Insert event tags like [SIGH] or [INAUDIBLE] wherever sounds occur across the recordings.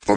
For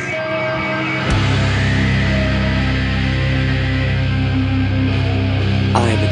I am a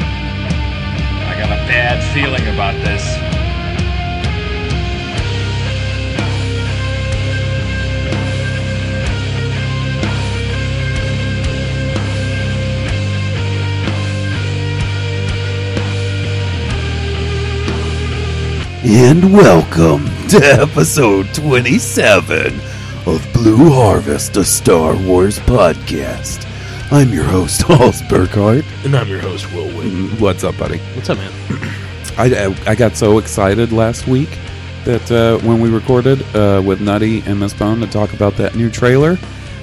I got a bad feeling about this. And welcome to episode 27 of Blue Harvest, a Star Wars podcast. I'm your [LAUGHS] host, Halls Burkhardt. And I'm your host, Will Wade. Mm, What's up, buddy? What's up, man? [CLEARS THROAT] I, I, I got so excited last week that uh, when we recorded uh, with Nutty and Miss Bone to talk about that new trailer,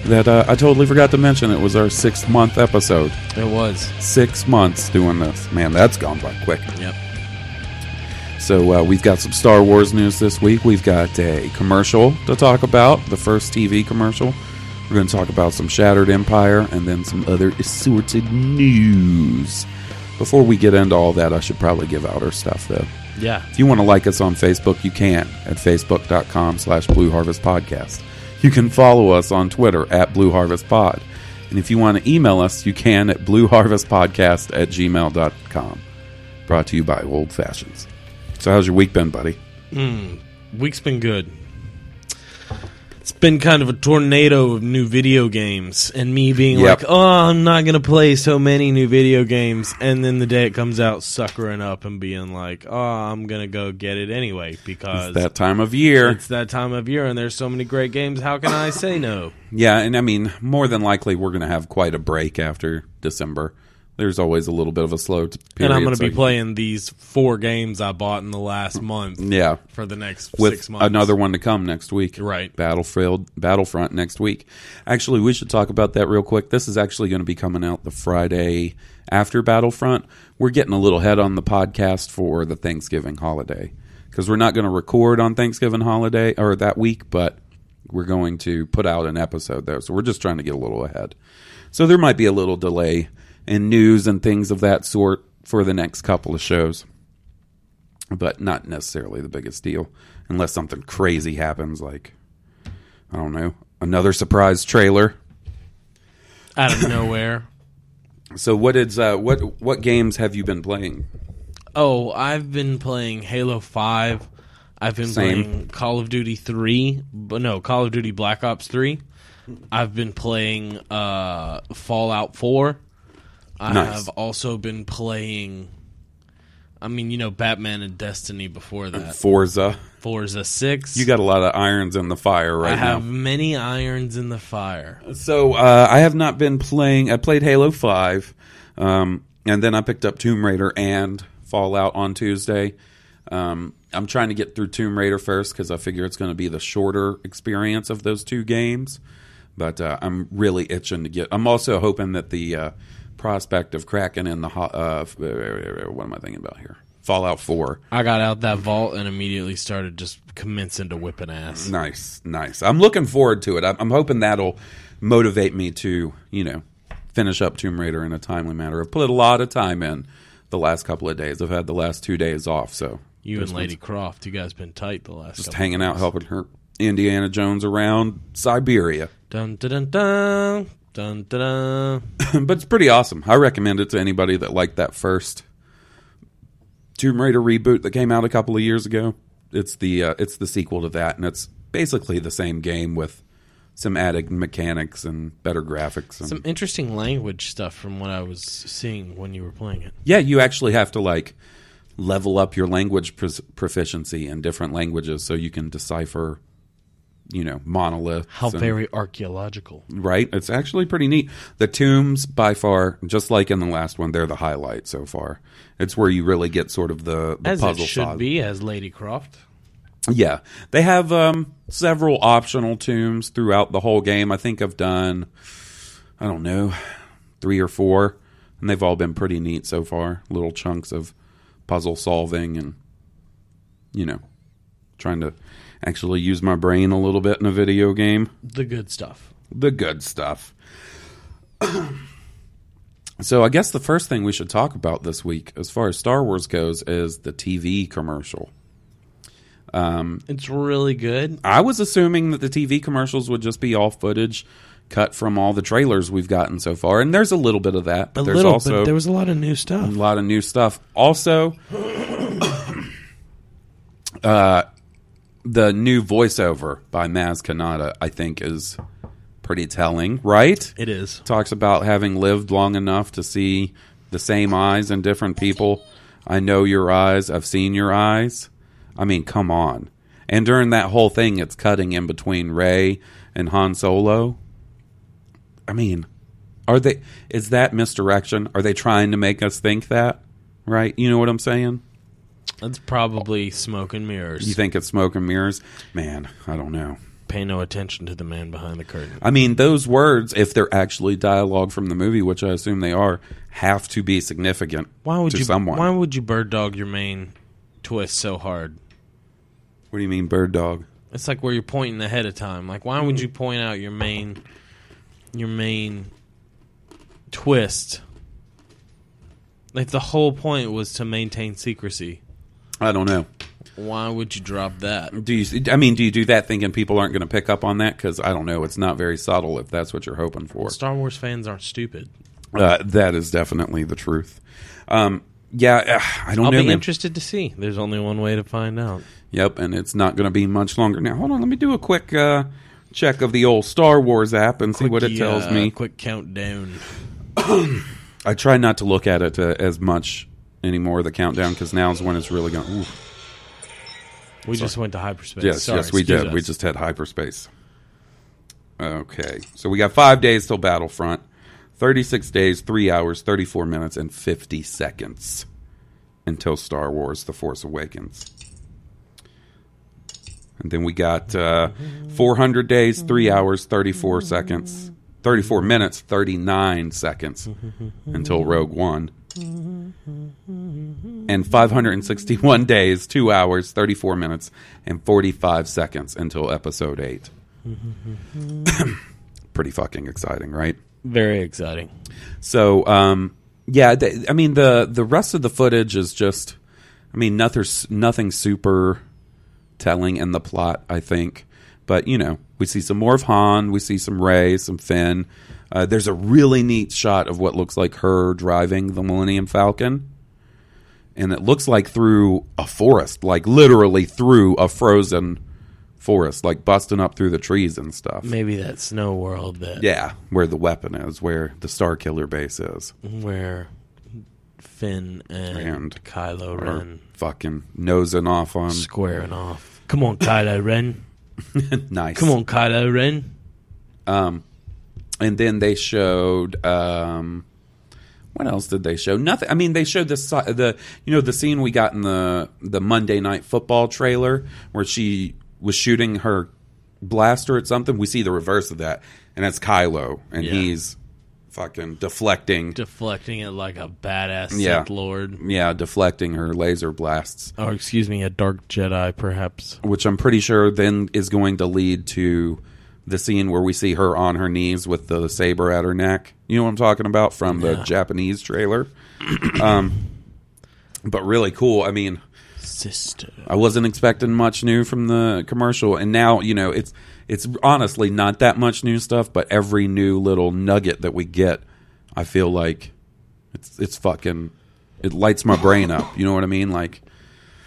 that uh, I totally forgot to mention it was our six month episode. It was. Six months doing this. Man, that's gone by quick. Yep. So uh, we've got some Star Wars news this week. We've got a commercial to talk about, the first TV commercial. We're going to talk about some Shattered Empire and then some other assorted news. Before we get into all that, I should probably give out our stuff though. Yeah. If you want to like us on Facebook, you can at facebook.com slash Blue Harvest Podcast. You can follow us on Twitter at Blue Harvest Pod. And if you want to email us, you can at blueharvestpodcast at gmail.com. Brought to you by Old Fashions. So how's your week been, buddy? Week's been good. It's been kind of a tornado of new video games and me being Yep. like, oh, I'm not going to play so many new video games. And then the day it comes out, suckering up and being like, oh, I'm going to go get it anyway because It's that time of year. it's that time of year and there's so many great games. How can I say no? Yeah, and I mean, more than likely, we're going to have quite a break after December. There's always a little bit of a slow t- period. and I'm going to so be you- playing these four games I bought in the last month Yeah, for the next with six months. another one to come next week. Right. Battlefield Battlefront next week. Actually, we should talk about that real quick. This is actually going to be coming out the Friday after Battlefront. We're getting a little head on the podcast for the Thanksgiving holiday because we're not going to record on Thanksgiving holiday or that week, but we're going to put out an episode though. So we're just trying to get a little ahead. So there might be a little delay in news and things of that sort for the next couple of shows but not necessarily the biggest deal unless something crazy happens like i don't know another surprise trailer out of nowhere. so what is uh what what games have you been playing Oh, I've been playing Halo 5. I've been Same. playing Call of Duty 3, but no, Call of Duty Black Ops 3. I've been playing uh, Fallout 4. I Nice. have also been playing I mean, you know, Batman and Destiny before that. forza Forza 6. you got a lot of irons in the fire I right have now many irons in the fire. so uh i have not been playing i played halo 5 um and then i picked up tomb raider and fallout on tuesday um i'm trying to get through tomb raider first because i figure it's going to be the shorter experience of those two games but uh, I'm really itching to get. I'm also hoping that the uh, prospect of cracking in the ho- uh, f- what am I thinking about here? Fallout Four. I got out that vault and immediately started just commencing to whipping ass. Nice, nice. I'm looking forward to it. I'm, I'm hoping that'll motivate me to you know finish up Tomb Raider in a timely manner. I've put a lot of time in the last couple of days. I've had the last two days off, so You there's and Lady Croft, you guys been tight the last just couple hanging out, helping her Indiana Jones around Siberia. [LAUGHS] Dun dun dun dun dun dun. dun. but it's pretty awesome. I recommend it to anybody that liked that first Tomb Raider reboot that came out a couple of years ago. It's the uh, it's the sequel to that, and it's basically the same game with some added mechanics and better graphics. And, Some interesting language stuff from what I was seeing when you were playing it. yeah, you actually have to like level up your language pro- proficiency in different languages so you can decipher, you know, monoliths. How and- very archaeological. right? It's actually pretty neat. The tombs, by far, just like in the last one, they're the highlight so far. It's where you really get sort of the, the As it puzzle should solved. be, as Lady Croft. Yeah, they have um, several optional tombs throughout the whole game. I think I've done, I don't know, three or four, and they've all been pretty neat so far. Little chunks of puzzle solving and you know trying to actually use my brain a little bit in a video game The good stuff. the good stuff. [CLEARS THROAT] so I guess the first thing we should talk about this week, as far as Star Wars goes, is the TV commercial. It's really good. I was assuming that the TV commercials would just be all footage cut from all the trailers we've gotten so far, and there's a little bit of that, but A there's little, also but there was a lot of new stuff. a lot of new stuff. Also, [COUGHS] uh, the new voiceover by Maz Kanata, I think, is pretty telling, right? It is. talks about having lived long enough to see the same eyes in different people. I know your eyes. I've seen your eyes. I mean, come on. And during that whole thing, it's cutting in between Ray and Han Solo. I mean, are they? Is that misdirection? Are they trying to make us think that? Right? You know what I'm saying? That's probably smoke and mirrors. You think it's smoke and mirrors? Man, I don't know. Pay no attention to the man behind the curtain. I mean, those words, if they're actually dialogue from the movie, which I assume they are, have to be significant Why would to you? someone. Why would you bird dog your main twist so hard? What do you mean, bird dog? It's like where you're pointing ahead of time. Like, why Hmm. would you point out your main, your main twist? Like the whole point was to maintain secrecy. I don't know. Why would you drop that? Do you? I mean, do you do that thinking people aren't going to pick up on that? Because I don't know. It's not very subtle if that's what you're hoping for. Star Wars fans aren't stupid. Uh, that is definitely the truth. Um, yeah, uh, I don't I'll know. be man. interested to see. There's only one way to find out. Yep, and it's not going to be much longer now. Hold on, let me do a quick uh, check of the old Star Wars app and see what it Quick, tells uh, me. Quick countdown. I try not to look at it uh, as much anymore. The countdown because now is when it's really going. Ooh. We just went to hyperspace. Yes, Sorry, yes, we excuse did. We us. just had hyperspace. Okay, so we got five days till Battlefront. Thirty-six days, three hours, thirty-four minutes, and fifty seconds until Star Wars: The Force Awakens. And then we got uh, four hundred days, three hours, thirty-four seconds, thirty-four minutes, thirty-nine seconds until Rogue One and 561 [LAUGHS] days, 2 hours, 34 minutes, and 45 seconds until episode 8. [COUGHS] Pretty fucking exciting, right? very exciting. So, um, yeah, th- I mean the the rest of the footage is just, I mean nothing nothing super telling in the plot, I think. But you know, we see some more of Han, we see some Ray, some Finn. Uh, there's a really neat shot of what looks like her driving the Millennium Falcon, and it looks like through a forest, like literally through a frozen forest, like busting up through the trees and stuff. Maybe that snow world that Yeah, where the weapon is, where the Star Killer base is. where Finn and, And- Kylo or Ren fucking nosing off on squaring off. Come on, Kylo Ren. nice. Come on, Kylo Ren. And then they showed um what else did they show? Nothing. I mean, they showed the si- the you know the scene we got in the the Monday Night Football trailer where she was shooting her blaster at something. We see the reverse of that, and that's Kylo, and Yeah. he's fucking deflecting. Deflecting it like a badass Yeah. Sith Lord. yeah, deflecting her laser blasts. Or excuse me, a dark Jedi, perhaps. which I'm pretty sure then is going to lead to the scene where we see her on her knees with the saber at her neck. You know what I'm talking about from the Japanese trailer. [CLEARS THROAT] um, but really cool. I mean, Sister. I wasn't expecting much new from the commercial, and now you know it's it's honestly not that much new stuff, but every new little nugget that we get, I feel like it's it's fucking it lights my brain up. You know what I mean? Like,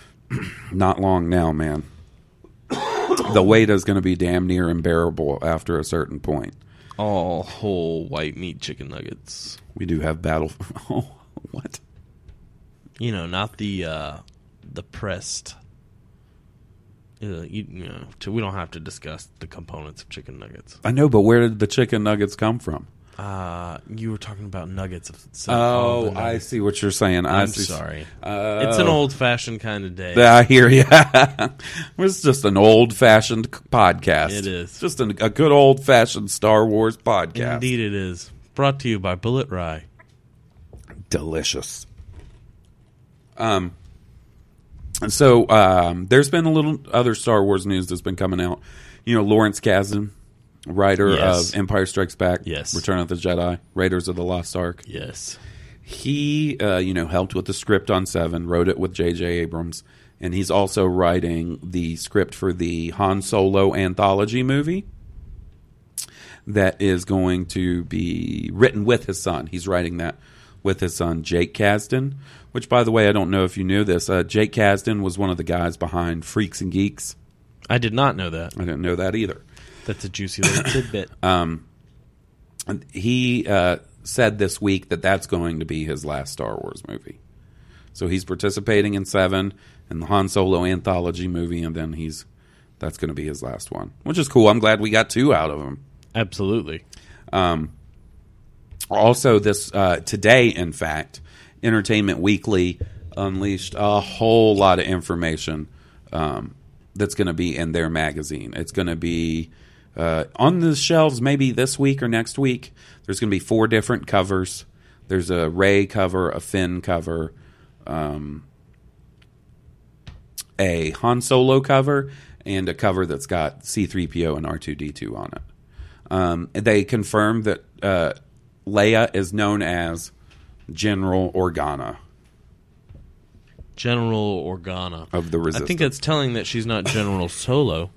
[CLEARS THROAT] not long now, man. The wait is going to be damn near unbearable after a certain point. All whole white meat chicken nuggets. We do have battle. [LAUGHS] Oh, what? You know, not the uh, the pressed. Uh, you, you know, to, we don't have to discuss the components of chicken nuggets. I know, but where did the chicken nuggets come from? Uh, you were talking about nuggets of. so- all Oh, the I nuggets. see what you're saying. I I'm see- sorry. Oh. It's an old fashioned kind of day. I hear [LAUGHS] you. it's just an old fashioned podcast. It is. Just an, a good old fashioned Star Wars podcast. Indeed, it is. Brought to you by Bullet Rye. delicious. Um, and so um, there's been a little other Star Wars news that's been coming out. You know, Lawrence Kasdan, writer Yes. of Empire Strikes Back, Yes. Return of the Jedi, Raiders of the Lost Ark. Yes. He, uh, you know, helped with the script on Seven, wrote it with J.J. Abrams, and he's also writing the script for the Han Solo anthology movie that is going to be written with his son. He's writing that with his son Jake Kasdan, which, by the way, I don't know if you knew this. Uh, Jake Kasdan was one of the guys behind Freaks and Geeks. I did not know that. I didn't know that either. That's a [COUGHS] juicy little tidbit. And he uh, said this week that that's going to be his last Star Wars movie. So he's participating in Seven and the Han Solo anthology movie, and then he's that's going to be his last one, which is cool. I'm glad we got two out of him. Absolutely. Also, this uh, today, in fact, Entertainment Weekly unleashed a whole lot of information um, that's going to be in their magazine. It's going to be uh, on the shelves maybe this week or next week. There's going to be four different covers. There's a Ray cover, a Finn cover, um, a Han Solo cover and a cover that's got C3PO and R2D2 on it. Um, they confirm that uh, Leia is known as General Organa. General Organa Of the I think that's telling that she's not General Solo.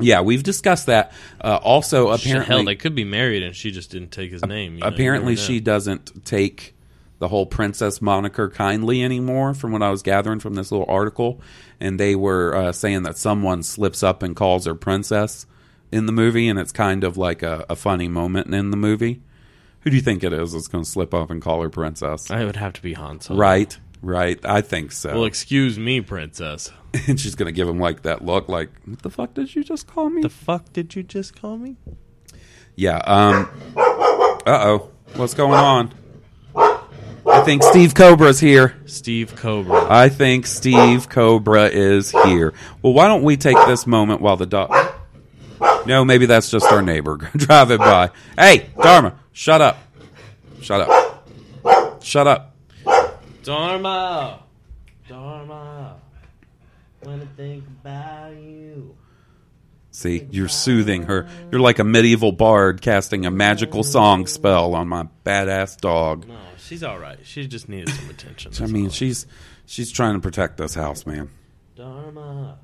Yeah, we've discussed that. Uh, also, Shit, Hell, they apparently, could be married, and she just didn't take his name. you know, you apparently never know. she doesn't take the whole princess moniker kindly anymore, from what I was gathering from this little article. And they were uh, saying that someone slips up and calls her princess in the movie, and it's kind of like a, a funny moment in the movie. Who do you think it is that's going to slip up and call her princess? I would have to be Han Solo. Right, right. I think so. Well, excuse me, princess. [LAUGHS] and she's going to give him like that look, like "What the fuck did you just call me?" The fuck did you just call me? yeah. Um. Uh oh. What's going on? I think Steve Cobra's here. Steve Cobra. I think Steve Cobra is here. Well, why don't we take this moment while the dog? No, maybe that's just our neighbor [LAUGHS] driving by. Hey, Dharma, shut up! Shut up! Shut up! Dharma. Dharma. Wanna think about you. See, you're soothing her. You're like a medieval bard casting a magical song spell on my badass dog. No, Oh, she's all right. She just needed some attention. I that's mean, all. she's she's trying to protect this house, man. Dharma.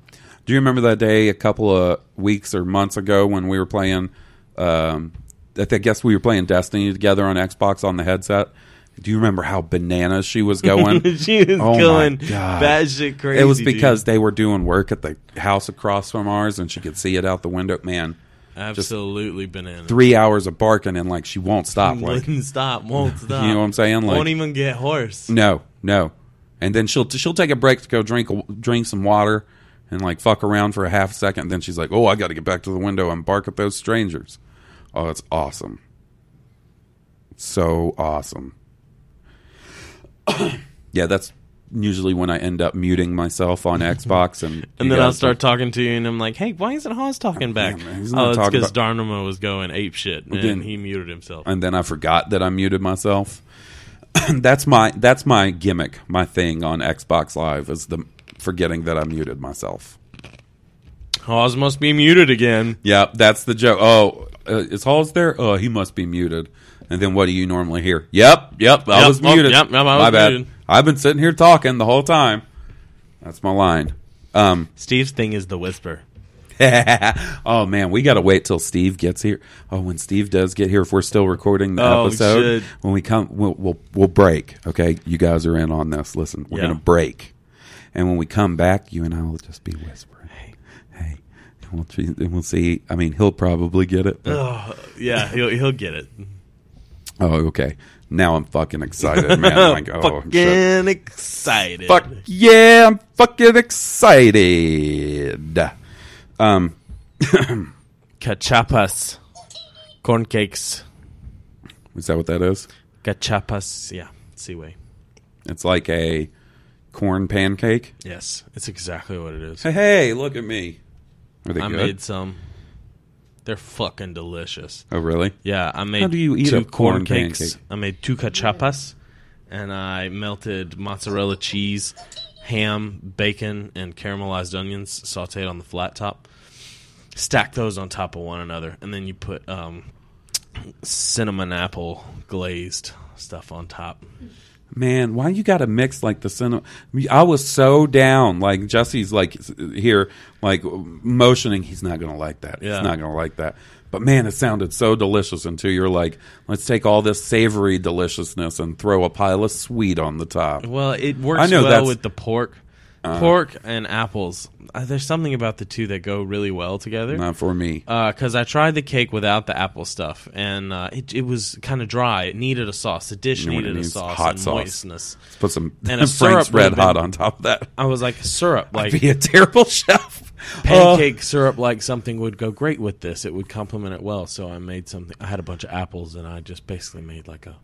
Do you remember that day a couple of weeks or months ago when we were playing? Um, I, think- I guess we were playing Destiny together on Xbox on the headset. Do you remember how bananas she was going? [LAUGHS] she was Oh my going God. batshit crazy. it was dude. because they were doing work at the house across from ours, and she could see it out the window. Man, absolutely bananas. three hours of barking, and like she won't [LAUGHS] stop. Like Wouldn't stop, won't [LAUGHS] stop. You know what I'm saying? Like- won't even get hoarse. No, no. And then she'll she'll take a break to go drink drink some water and like fuck around for a half second. then she's like, "Oh, I got to get back to the window and bark at those strangers." Oh, it's awesome. So awesome. [CLEARS THROAT] yeah, that's usually when I end up muting myself [LAUGHS] on Xbox, and And you then I'll guys- start talking to you, and I'm like, "Hey, why isn't Haas talking back?" man, he's not oh, it's talking because about- Darnama was going ape shit, and Again. he muted himself. and then I forgot that I muted myself. [CLEARS THROAT] that's my that's my gimmick, my thing on Xbox Live is the forgetting that I muted myself. Haas must be muted again. Yeah, that's the joke. Oh, uh, is Halls there? Oh, he must be muted. And then what do you normally hear? Yep, yep, I Yep, was oh, muted. yep, yep, I my was bad. muted. I've been sitting here talking the whole time. That's my line. [LAUGHS] Um, Steve's thing is the whisper. oh man, we gotta wait till Steve gets here. Oh, when Steve does get here, if we're still recording the Oh, episode, shit. when we come, we'll, we'll we'll break. Okay, you guys are in on this. Listen, we're Yeah. gonna break, and when we come back, you and I will just be whispering. Hey, hey, and we'll tre- and we'll see. I mean, he'll probably get it. but- Oh, yeah, he'll he'll get it. oh, okay. Now I'm fucking excited, man. I'm [LAUGHS] like, [LAUGHS] oh, Fucking shit. excited. Fuck yeah, I'm fucking excited. Um, Cachapas, corn cakes, is that what that is? cachapas. Yeah, seaway. It's like a corn pancake. Yes, it's exactly what it is. Hey, hey, look at me. Are they I good? made some. They're fucking delicious. oh, really? Yeah, I made do you eat two a corn cakes. pancake? I made two cachapas, and I melted mozzarella cheese, ham, bacon, and caramelized onions sautéed on the flat top. Stack those on top of one another, and then you put um, cinnamon apple glazed stuff on top. Man, why you got to mix like the cinnamon? I was so down. Like Jesse's like s- here, like motioning. He's not gonna like that. Yeah. He's not gonna like that. But man, it sounded so delicious until you're like, let's take all this savory deliciousness and throw a pile of sweet on the top. Well, it works I know well that's- Uh-huh. with the pork. Pork and apples. Uh, there's something about the two that go really well together. Not for me. Uh, because I tried the cake without the apple stuff, and uh, it it was kind of dry. It needed a sauce. The dish You know what it needed a needs? sauce, Hot and sauce. moistness. let's put some and [LAUGHS] a Frank's syrup Red ribbon. Hot on top of that. [LAUGHS] I was like syrup, like Be a Oh. terrible [LAUGHS] chef. pancake syrup, like something would go great with this. It would complement it well. So I made something. I had a bunch of apples, and I just basically made like a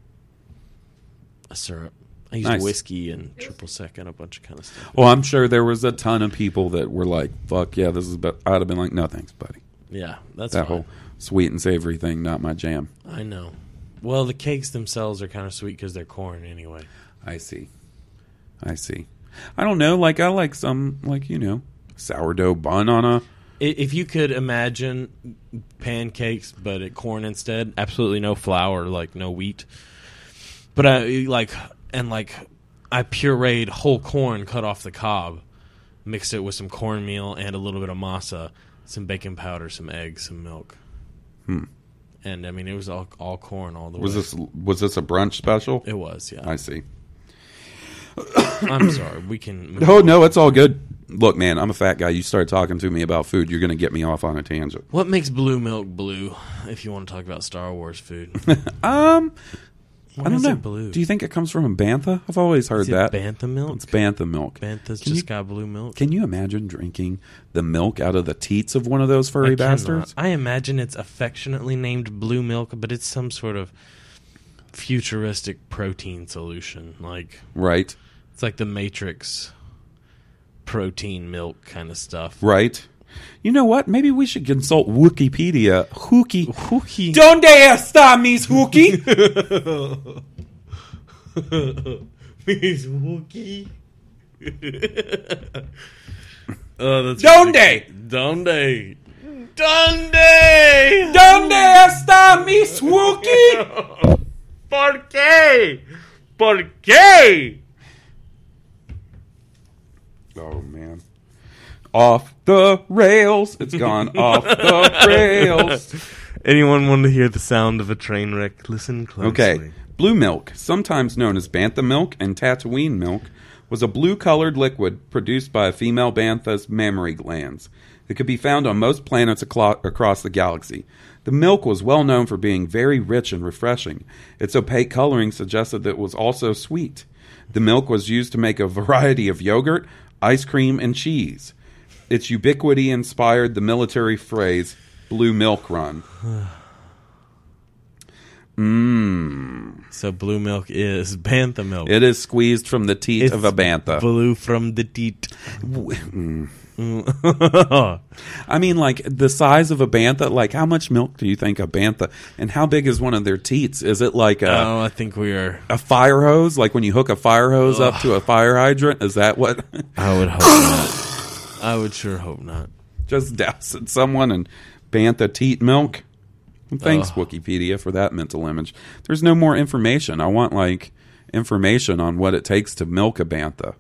a syrup. I used Nice. whiskey and triple sec and a bunch of kind of stuff. Oh, Well, I'm sure there was a ton of people that were like, "Fuck yeah, this is." But I'd have been like, "No thanks, buddy." Yeah, that's That fine. whole sweet and savory thing, not my jam. I know. Well, the cakes themselves are kind of sweet because they're corn anyway. I see, I see. I don't know. Like I like some, like you know, sourdough bun on a. I- If you could imagine pancakes, but at corn instead, absolutely no flour, like no wheat. But I like and like I pureed whole corn, cut off the cob, mixed it with some cornmeal and a little bit of masa, some baking powder, some eggs, some milk. Hmm. And I mean, it was all all corn all the Was way. this was this a brunch special? It was, yeah. I see. [CLEARS THROAT] I'm sorry. We can. Move. Oh no, it's all good. Look, man, I'm a fat guy. You start talking to me about food, you're going to get me off on a tangent. What makes blue milk blue? If you want to talk about Star Wars food, [LAUGHS] Um, Why I don't is know. It blue. Do you think it comes from a bantha? I've always heard is it that. bantha milk? It's bantha milk. Bantha's Can just you- got blue milk. Can you imagine drinking the milk out of the teats of one of those furry I cannot. bastards? I imagine it's affectionately named blue milk, but it's some sort of futuristic protein solution. Like Right, it's like the Matrix protein milk kind of [LAUGHS] stuff. right. You know what? Maybe we should consult Wikipedia. Hookie. Hooky. Donde está mis hookie? Miss Wookie. [LAUGHS] oh, that's Donde? ridiculous. Donde? Donde? Donde está mis hookie? Por qué? Por qué? [LAUGHS] Oh man. Off the rails. It's gone off the rails. Anyone want to hear the sound of a train wreck? Listen closely. Okay. Blue milk, sometimes known as bantha milk and Tatooine milk, was a blue colored liquid produced by a female bantha's mammary glands. It could be found on most planets aclo- across the galaxy. The milk was well known for being very rich and refreshing. Its opaque coloring suggested that it was also sweet. The milk was used to make a variety of yogurt, ice cream, and cheese. Its ubiquity inspired the military phrase, blue milk run. So blue milk is bantha milk. It is squeezed from the teat of a bantha. Blue from the teat. I mean, like the size of a bantha. Like, how much milk do you think a bantha? And how big is one of their teats? Is it like a oh, I think we are. a fire hose? Like when you hook a fire hose up to a fire hydrant? Is that what? [LAUGHS] I would hope not. I would sure hope not. Just douse it someone in bantha teat milk. And thanks Wikipedia for that mental image. There's no more information. I want like information on what it takes to milk a bantha.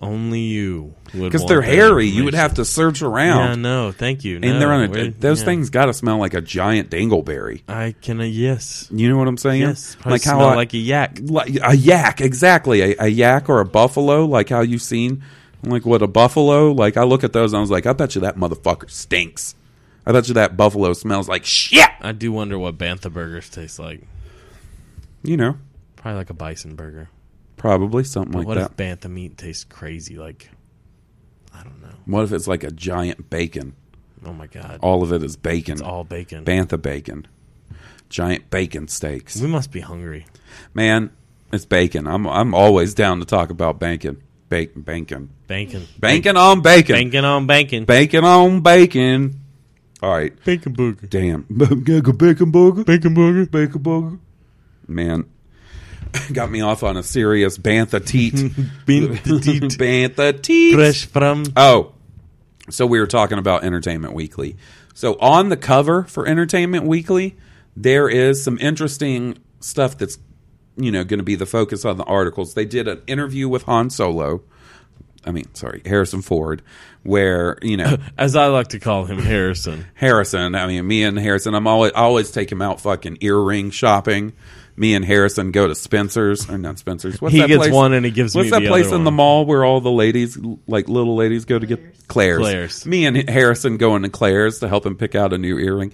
Only you would because want they're that hairy. You would information. have to search Yeah, around, no, thank you. and no, they're on we're- a, those yeah. things. Got to smell like a giant dangleberry. I can. Uh, yes. You know what I'm saying? Yes. Probably smell I- like a yak. like a yak exactly a, a yak or a buffalo like how you've seen like what a buffalo like i look at those and i was like i bet you that motherfucker stinks i bet you that buffalo smells like shit I do wonder what bantha burgers taste like. you know Probably like a bison burger. probably something like what that if bantha meat tastes crazy? Like, I don't know. what if it's like a giant bacon Oh my god, all of it is bacon it's all bacon. bantha bacon giant bacon steaks we must be hungry. man it's bacon i'm i'm always down to talk about bacon bacon bacon Banking, bacon on bacon banking on banking. bacon on bacon all right Bacon burger. Damn. [LAUGHS] Bacon bacon burger. Bacon burger. Bacon burger. Man. [LAUGHS] Got me off on a serious bantha [LAUGHS] teat. [LAUGHS] Bantha teat. bantha teat. [LAUGHS] Fresh from Oh. So we were talking about Entertainment Weekly. So on the cover for Entertainment Weekly, there is some interesting stuff that's you know going to be the focus on the articles. They did an interview with Han Solo. I mean, sorry, Harrison Ford, where, you know, as I like to call him Harrison. Harrison. I mean, me and Harrison. I'm always I always take him out fucking earring shopping. Me and Harrison go to Spencer's or not Spencer's. What's He that gets place? one and he gives What's me that the place other in the one. mall where all the ladies, like little ladies, go to get Claire's. Claire's. Me and Harrison going to Claire's to help him pick out a new earring.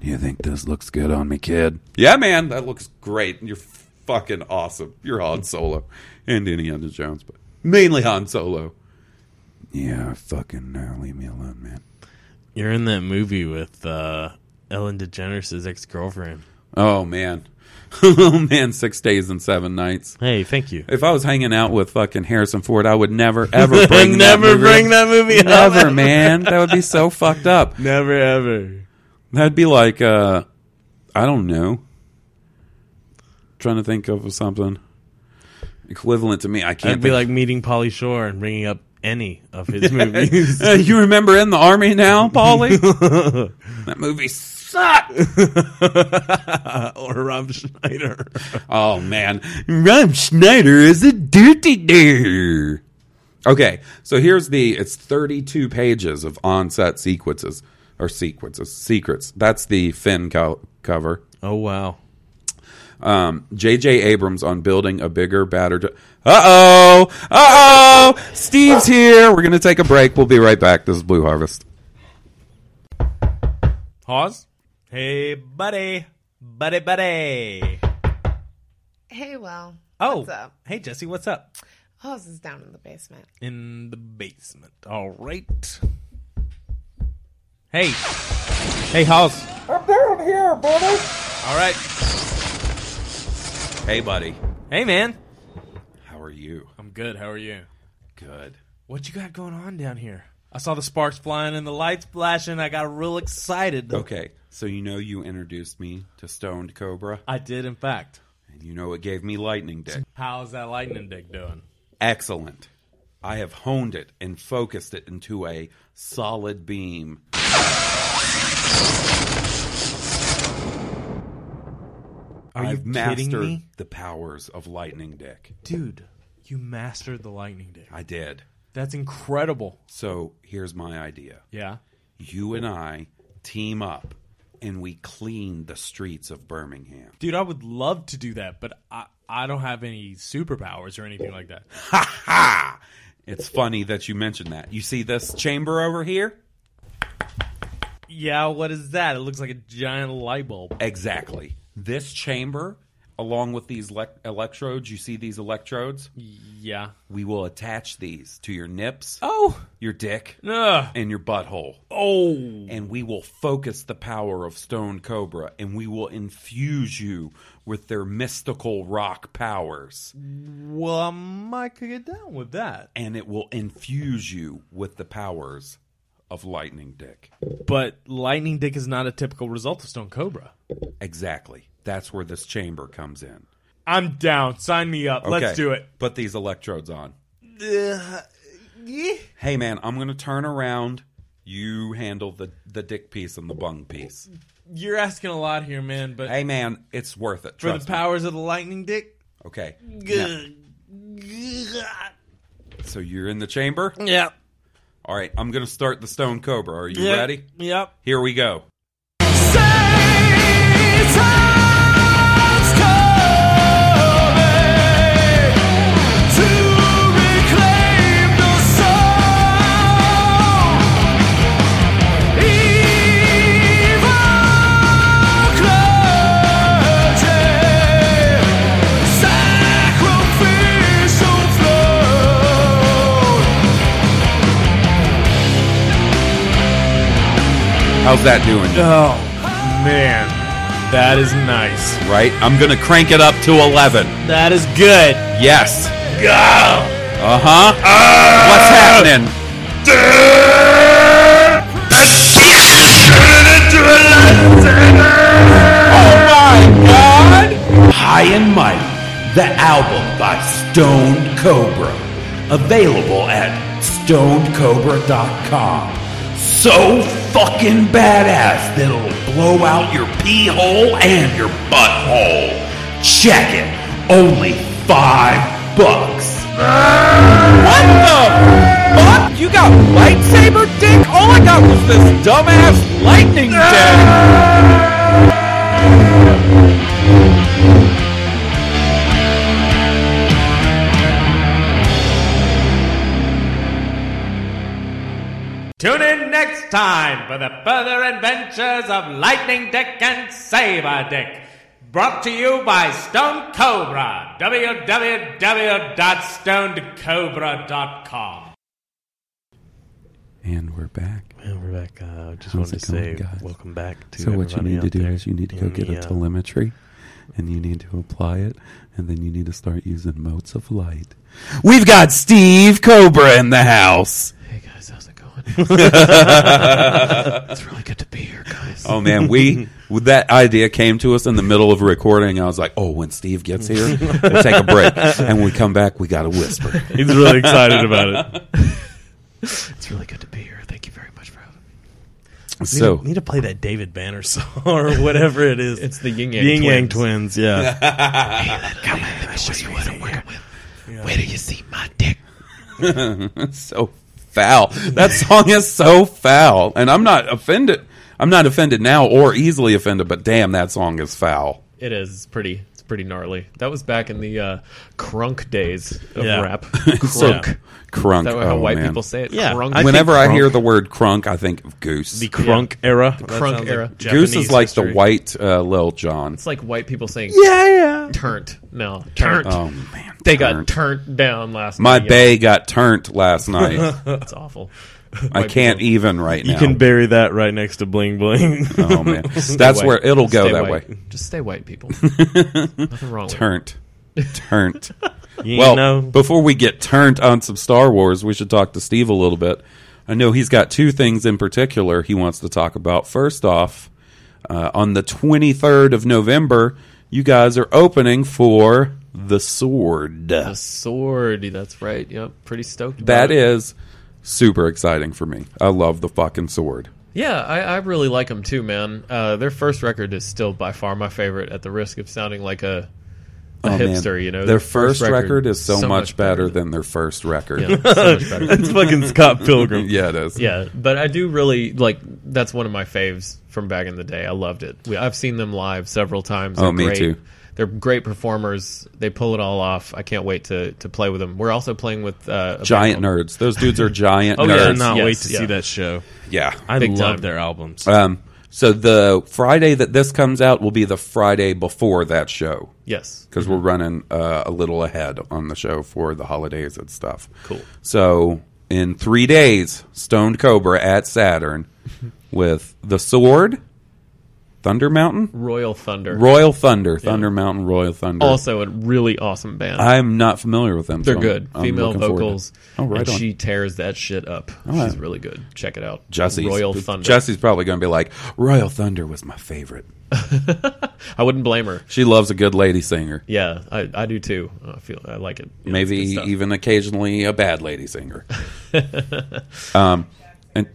You think this looks good on me, kid? Yeah, man, that looks great. You're fucking awesome. You're Han Solo and Indiana Jones, but mainly Han Solo. Yeah, fucking no, leave me alone, man. You're in that movie with uh, Ellen DeGeneres' ex girlfriend. Oh man. [LAUGHS] oh man, six days and seven nights. Hey, thank you. If I was hanging out with fucking Harrison Ford, I would never [LAUGHS] ever bring never that movie bring up. that movie up. Never, man. That would be so fucked up. Never ever. That'd be like uh I don't know. Trying to think of something equivalent to me. I can't That'd be think- like meeting Polly Shore and bringing up any of his [LAUGHS] movies. Uh, [LAUGHS] you remember in the army now, [LAUGHS] Paulie? that movie sucked. or Rob [LAUGHS] Schneider. Oh man, Rob Schneider is a dirty deer. Okay, so here's the it's 32 pages of onset sequences or sequences secrets. That's the Finn co- cover. Oh wow. Um, J.J. Abrams on building a bigger, badder. uh oh, uh oh, Steve's here. We're gonna take a break. We'll be right back. This is Blue Harvest. Pause. Hey buddy. Buddy buddy. Hey, well. Oh. What's up? Hey Jesse, what's up? Oz is down in the basement. In the basement. All right. Hey. Hey Hoss. I'm down here, buddy. All right. Hey, buddy, Hey man. how are you? I'm good. How are you? Good. What you got going on down here? I saw the sparks flying and the lights flashing. I got real excited. Okay, so you know you introduced me to Stoned Cobra, I did, in fact. and you know it gave me lightning dick. How's that lightning dick doing? excellent. I have honed it and focused it into a solid beam. Are I've you mastered kidding me? the powers of Lightning Dick. Dude, you mastered the lightning dick. I did. That's incredible. So here's my idea Yeah. you and I team up and we clean the streets of Birmingham. [LAUGHS] Dude, I would love to do that, but I, I don't have any superpowers or anything like that. Ha! It's funny that you mentioned that. You see this chamber over here? Yeah, what is that? It looks like a giant light bulb. Exactly. This chamber, along with these elec electrodes, you see these electrodes? Yeah. We will attach these to your nips, Oh. your dick, Ugh. and your butthole. Oh. And we will focus the power of Stone Cobra and we will infuse you with their mystical rock powers. Well, I might could get down with that. And it will infuse you with the powers of Lightning Dick. But lightning dick is not a typical result of Stone Cobra. Exactly. That's where this chamber comes in. I'm down. Sign me up. Okay, Let's do it. Put these electrodes on. Hey man, I'm gonna turn around. You handle the, the dick piece and the bung piece. You're asking a lot here, man, but Hey man, it's worth it. for Trust the me. powers of the lightning dick, Okay. now- So you're in the chamber? Yep. All right, I'm going to start the Stone Cobra. Are you Yep. ready? Yep. Here we go. How's that doing? Uh-huh. Oh man, that is nice. Right? I'm going to crank it up to 11. That is good. Yes. Go. Uh huh. Uh-huh. What's happening? High and Mighty, the album by Stone Cobra. Available at stonecobra.com. So fucking badass that it'll blow out your pee hole and your butthole. Check it. Only five bucks. What the fuck? You got lightsaber dick? All I got was this dumbass [LAUGHS] lightning dick. Tune in next time for the further adventures of Lightning Dick and Saber Dick. Brought to you by Stone Cobra. www.stonedcobra.com. And we're back. And we're back. Uh, I just How's wanted to it going, say guys? welcome back to So what you everybody need to out do there is you need to go in get the, a uh, telemetry, and you need to apply it, and then you need to start using motes of light. We've got Steve Cobra in the house. Hey guys, how's it going? [LAUGHS] it's really good to be here, guys. Oh man, [LAUGHS] we with that idea came to us in the middle of recording. I was like, "Oh, when Steve gets here, we'll take a [LAUGHS] break, and when we come back, we got to whisper." He's really excited [LAUGHS] about it. it's really good to be here. Thank you very much for having me. So need to play that David Banner song or whatever it is. It's the Yin Yang Yin Yang Twins. Twins. Yeah. so foul. That song is so foul, and I'm not offended. I'm not offended now or easily offended, but damn, that song is foul. It is It's pretty. It's pretty gnarly. That was back in the uh, crunk days of Yeah. [LAUGHS] rap. Crunk. Is Crunk. that how oh, white man. people say it? Yeah. Crunk. I think Whenever I crunk. hear the word crunk, I think of Goose. The crunk era. The crunk era. Goose is like the history. white uh, Lil John. it's like white people saying Yeah, yeah. turnt. No, turnt. Oh man, they got turnt. turnt down last My night. bay got turnt last [LAUGHS] night. That's awful. I can't even right now. You can bury that right next to Bling Bling. [LAUGHS] oh [LAUGHS] man, that's white. where it'll go Stay that white. way. Just stay [LAUGHS] white, people. Nothing wrong with it. Turnt, [LAUGHS] turnt. You well, know, before we get turned on some Star Wars, we should talk to Steve a little bit. I know he's got two things in particular he wants to talk about. First off, uh, on the 23rd of November, you guys are opening for The Sword. A sword. That's right. Yep. Pretty stoked. About That it. is super exciting for me. I love the fucking sword. Yeah, I, I really like them too, man. Uh, their first record is still by far my favorite. At the risk of sounding like a, a Oh, man. hipster, you know, Their first record, is so, much, better than their first record. Yeah, yeah, so much [LAUGHS] better. it's fucking [LAUGHS] Scott Pilgrim. it is. Yeah, but I do really like. That's one of my faves from back in the day. I loved it. We, I've seen them live several times. Oh, They're me great. too. They're great performers. They pull it all off. I can't wait to to play with them. We're also playing with uh, a band Giant called- nerds. Those dudes are giant Oh, yeah, nerds. Yes, Cannot yes, wait to yeah. see that show. yeah. I Big love time. their albums. Um, so the Friday that this comes out will be the Friday before that show Yes. because we're running uh, a little ahead on the show for the holidays and stuff. Cool. So in three days, Stoned Cobra at [LAUGHS] Saturn with the Sword, Thunder Mountain, Royal Thunder. Royal Thunder, Thunder Mountain, Royal Thunder. also a really awesome band. I'm not familiar with them. They're so I'm- good. I'm Female looking forward to- vocals. Oh, right and on. she tears that shit up. right. She's really good. Check it out. Jesse's, Royal Thunder. Jesse's probably going to be like, Royal Thunder was my favorite. I wouldn't blame her. She loves a good lady singer. Yeah, I, I do too. I feel I like it. Yeah, maybe it's good stuff. even occasionally a bad lady [LAUGHS] singer. um, and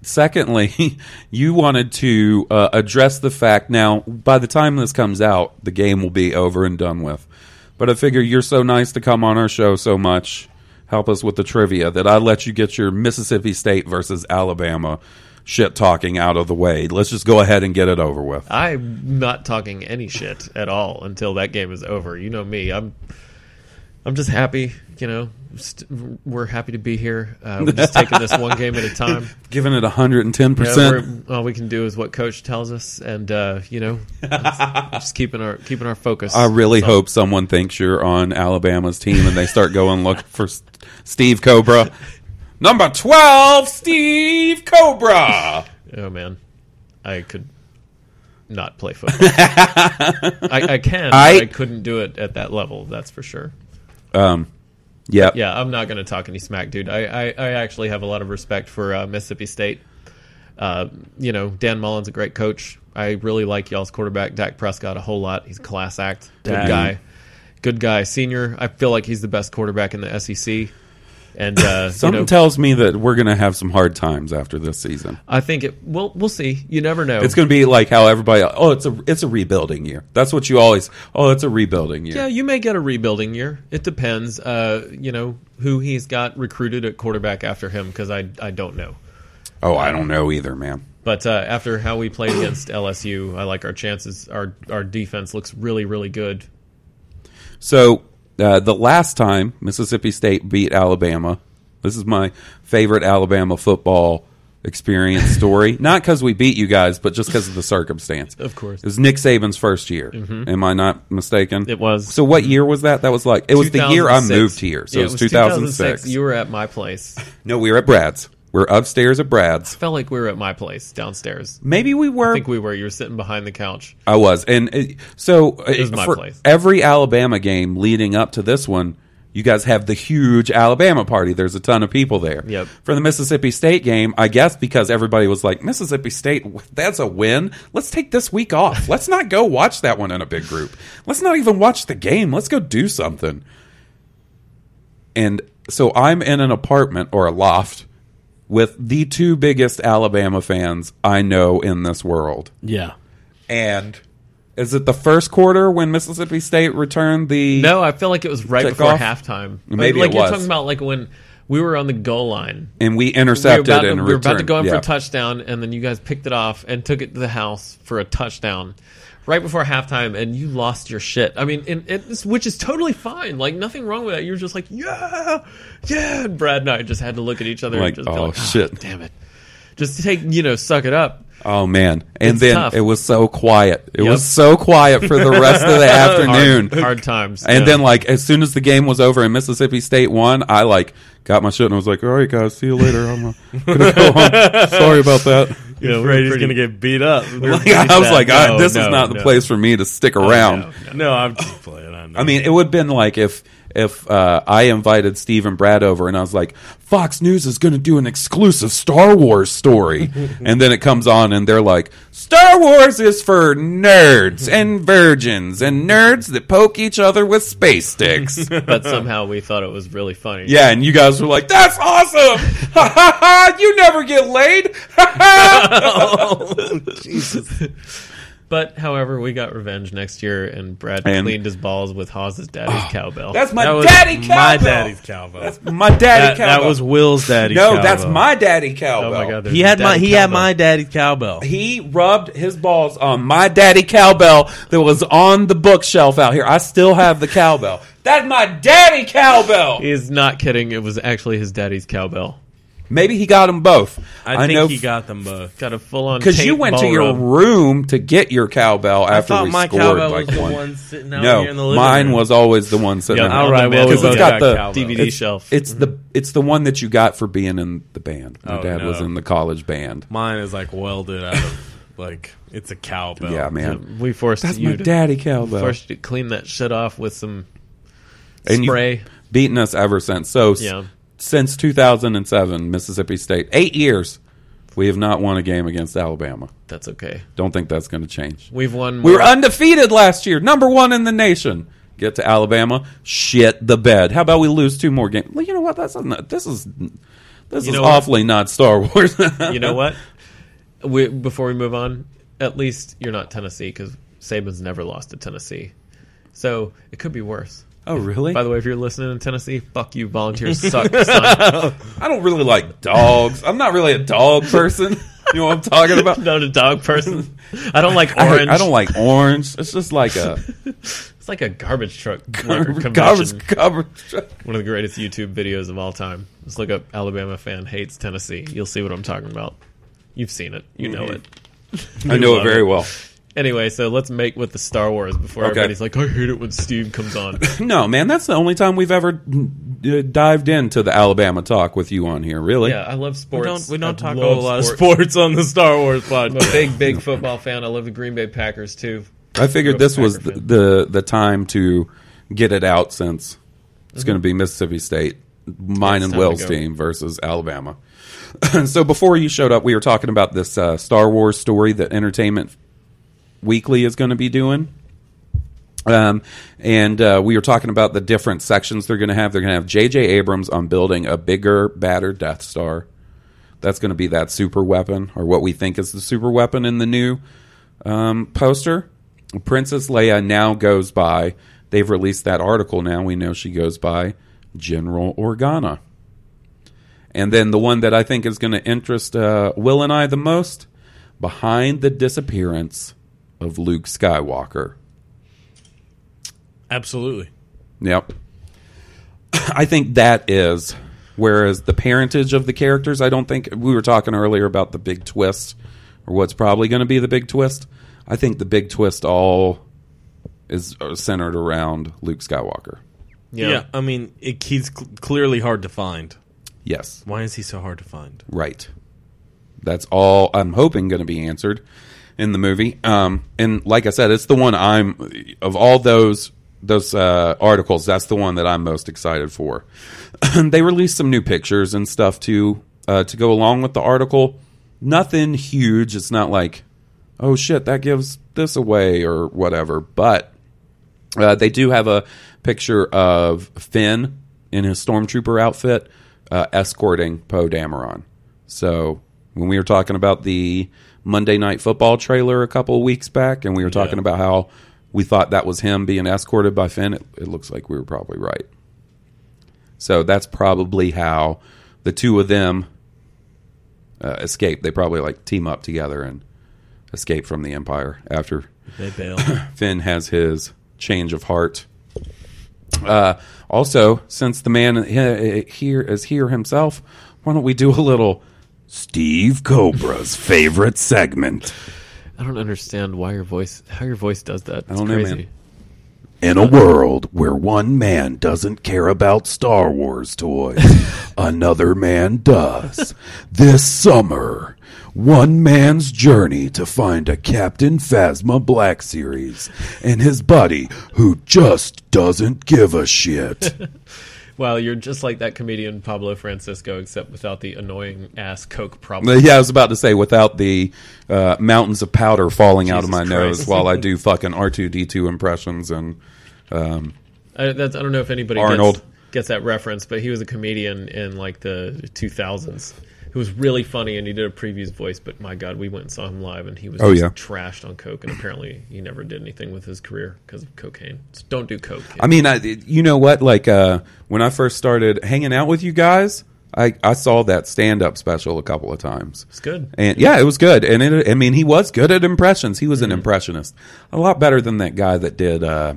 secondly, [LAUGHS] you wanted to uh, address the fact. Now, by the time this comes out, the game will be over and done with. But I figure you're so nice to come on our show so much help us with the trivia that I let you get your Mississippi State versus Alabama shit talking out of the way. Let's just go ahead and get it over with. I'm not talking any shit at all until that game is over. You know me. I'm I'm just happy. You know, st- we're happy to be here. Uh, [LAUGHS] we're just taking this one game at a time. Giving it 110%. Yeah, we're- all we can do is what coach tells us, and uh, [LAUGHS] you know, just keeping our keeping our focus. I really So- hope someone thinks you're on Alabama's team and they start going [LAUGHS] look for S- Steve Cobra. Number 12, Steve Cobra. Oh man, I could not play football. [LAUGHS] I, I can. but I, I- couldn't do it at that level. That's for sure. Um, yeah. Yeah, I'm not going to talk any smack, dude. I, I, I actually have a lot of respect for uh, Mississippi State. Uh, you know, Dan Mullen's a great coach. I really like y'all's quarterback, Dak Prescott, a whole lot. He's a class act. Good Dak. guy. Good guy. Senior. I feel like he's the best quarterback in the SEC. And uh, you Something know, tells me that we're going to have some hard times after this season. I think it. Well, we'll see. You never know. It's going to be like how everybody, oh, it's a it's a rebuilding year. That's what you always, oh, it's a rebuilding year. Yeah, you may get a rebuilding year. It depends, uh, you know, who he's got recruited at quarterback after him because I, I don't know. Oh, I don't know either, man. But uh, after how we played against LSU, I like our chances. Our our defense looks really really good. So uh, the last time Mississippi State beat Alabama, this is my favorite Alabama football experience [LAUGHS] story. Not because we beat you guys, but just because of the circumstance. Of course. it was Nick Saban's first year. Mhm. Am I not mistaken? It was. Mm-hmm. So what year was that? That was like it was the year I 2006. moved here. So Yeah, it, was 2006. You were at my place. No, we were at Brad's. We're upstairs at Brad's. Felt like we were at my place downstairs. Maybe we were. I think we were. You were sitting behind the couch. I was, and uh, so uh, It was my for place. every Alabama game leading up to this one, you guys have the huge Alabama party. There's a ton of people there. Yep. For the Mississippi State game, I guess because everybody was like Mississippi State, that's a win. Let's take this week [LAUGHS] off. Let's not go watch that one in a big group. Let's not even watch the game. Let's go do something. And so I'm in an apartment or a loft with the two biggest Alabama fans I know in this world. Yeah. And is it the first quarter when Mississippi State returned the? No, I feel like it was right before Kickoff? halftime. Maybe like it you're was. talking about like when we were on the goal line And we intercepted we were about and to, we were about to returned, go in for yeah. a touchdown, and then you guys picked it off and took it to the house for a touchdown right before halftime, and you lost your shit. I mean, and it, which is totally fine. Like nothing wrong with that. You were just like, yeah, yeah. And Brad and I just had to look at each other Like, and just be "Oh, like, "Ah, shit." damn it. Just take you know, suck it up. Oh man! And It's then tough. it was so quiet. It Yep. was so quiet for the rest [LAUGHS] of the afternoon. Hard- hard times, And yeah. then, like, as soon as the game was over and Mississippi State won, I like got my shit and I was like, "All right, guys, see you later. I'm uh, gonna go [LAUGHS] home. Sorry about that." You know, we were Brady's pretty- gonna get beat up. We were Like, pretty [LAUGHS] I was sad. like, I- No, "This no, is not the no. place for me to stick Oh, around." [LAUGHS] No, I'm just playing. I know. I mean, it would have been like if if uh, I invited Steve and Brad over, and I was like, "Fox News is going to do an exclusive Star Wars story," and then it comes on, and they're like, "Star Wars is for nerds and virgins and nerds that poke each other with space sticks." but somehow we thought it was really funny. yeah, and you guys were like, "That's awesome! Ha ha ha! You never get laid!" [LAUGHS] Ha ha! But however, we got revenge next year, and Brad And- Oh, cleaned his balls with Hawes's daddy's cowbell. That's my That was daddy cowbell. my daddy's cowbell. That's my daddy that, that cowbell. was Will's daddy. no, cowbell. that's my daddy cowbell. Oh my god! there's He a had my daddy he had cowbell. my daddy's cowbell. he rubbed his balls on my daddy cowbell that was on the bookshelf out here. I still have the cowbell. That's my daddy cowbell. He is not kidding. It was actually his daddy's cowbell. Maybe he got them both. I, think know he got them both. Got a full on because you went to your room to get your cowbell I after thought we my scored cowbell like was one. the one sitting out no, here in the living mine room. was always the one sitting. Yeah, on all the right, well, because we it's both got got the cowbell. DVD it's- shelf. It's the it's the one that you got for being in the band. My Mm-hmm. Oh, dad was no. in the college band. Mine is like welded out of like it's a cowbell. Yeah, man. We forced That's you my to daddy cowbell. forced you to clean that shit off with some and you've spray. beaten us ever since. So s- Yeah. since 2007, Mississippi State, eight years, we have not won a game against Alabama. That's okay. Don't think that's going to change. We've won. We More. were undefeated last year, number one in the nation. Get to Alabama, shit the bed. How about we lose two more games? Well, you know what? That's not, this is this You is know what? awfully not Star Wars. [LAUGHS] you know what? We, before we move on, at least you're not Tennessee because Saban's never lost to Tennessee, so it could be worse. Oh, really? By the way, if you're listening in Tennessee, fuck [LAUGHS] you. Volunteers suck. son. I don't really like dogs. I'm not really a dog [LAUGHS] person. You know what I'm talking about? Not a dog person. I don't like I- orange. I, don't like orange. It's just like [LAUGHS] a It's like a garbage truck. Garbage- convention. garbage- garbage truck. One of the greatest YouTube videos of all time. Just look up Alabama fan hates Tennessee. You'll see what I'm talking about. You've seen it. You know it. I You know it love very well. Anyway, so let's make with the Star Wars before Okay. everybody's like, I hate it when Steve [LAUGHS] comes on. no, man. That's the only time we've ever uh, dived into the Alabama talk with you on here. Really? Yeah, I love We sports. don't, we I don't talk a love whole lot of sports on the Star Wars podcast. I'm a big, big football fan. I love the Green Bay Packers too. I figured this was the, the the time to get it out since it's Mhm. going to be Mississippi State, mine It's and time to Will's go. team versus Alabama. [CLEARS THROAT] so before you showed up, we were talking about this uh, Star Wars story that Entertainment Weekly is going to be doing. Um, and uh, we were talking about the different sections they're going to have. They're going to have J.J. Abrams on building a bigger, badder Death Star. That's going to be that super weapon, or what we think is the super weapon in the new um, poster. Princess Leia now goes by. They've released that article now. We know she goes by General Organa. And then the one that I think is going to interest uh, Will and I the most behind the disappearance of Luke Skywalker. Absolutely. Yep. I think that is. Whereas the parentage of the characters, I don't think we were talking earlier about the big twist or what's probably going to be the big twist. I think the big twist all is uh, centered around Luke Skywalker. Yeah. I mean, it, he's cl- clearly hard to find. Yes. Why is he so hard to find? Right. That's all I'm hoping going to be answered in the movie. Um, and like I said, it's the one I'm of all those those uh, articles. That's the one that I'm most excited for. [CLEARS THROAT] they released some new pictures and stuff too uh, to go along with the article. Nothing huge. It's not like oh shit that gives this away or whatever. But uh, they do have a picture of Finn in his stormtrooper outfit uh, escorting Poe Dameron. So when we were talking about the Monday Night Football trailer a couple of weeks back, and we were talking about how we thought that was him being escorted by Finn, it, it looks like we were probably right. So that's probably how the two of them uh, escape. They probably like team up together and escape from the Empire after They bail. Finn has his change of heart. Uh, also, since the man he- here is here himself, why don't we do a little Steve Cobra's favorite segment? [LAUGHS] I don't understand why your voice, how your voice does that. It's don't know, man. crazy. In a world where one man doesn't care about Star Wars toys, another man does. This summer, one man's journey to find a Captain Phasma Black Series and his buddy who just doesn't give a shit. Well, you're just like that comedian Pablo Francisco, except without the annoying ass Coke problem. Yeah, I was about to say without the uh, mountains of powder falling out of Jesus my nose Christ. while I [LAUGHS] do fucking R two D two impressions and um, I, that's, I don't know if anybody Arnold. Gets, gets that reference, but he was a comedian in like the 2000s who was really funny, and he did a previous voice. But my God, we went and saw him live, and he was Oh, just yeah. trashed on coke, and apparently he never did anything with his career because of cocaine. So don't do coke. I mean, I, you know what? Like uh, when I first started hanging out with you guys, I, I saw that stand up special a couple of times. It's good. and yeah, it was good. And it, I mean, he was good at impressions. He was Mm-hmm. an impressionist, a lot better than that guy that did uh,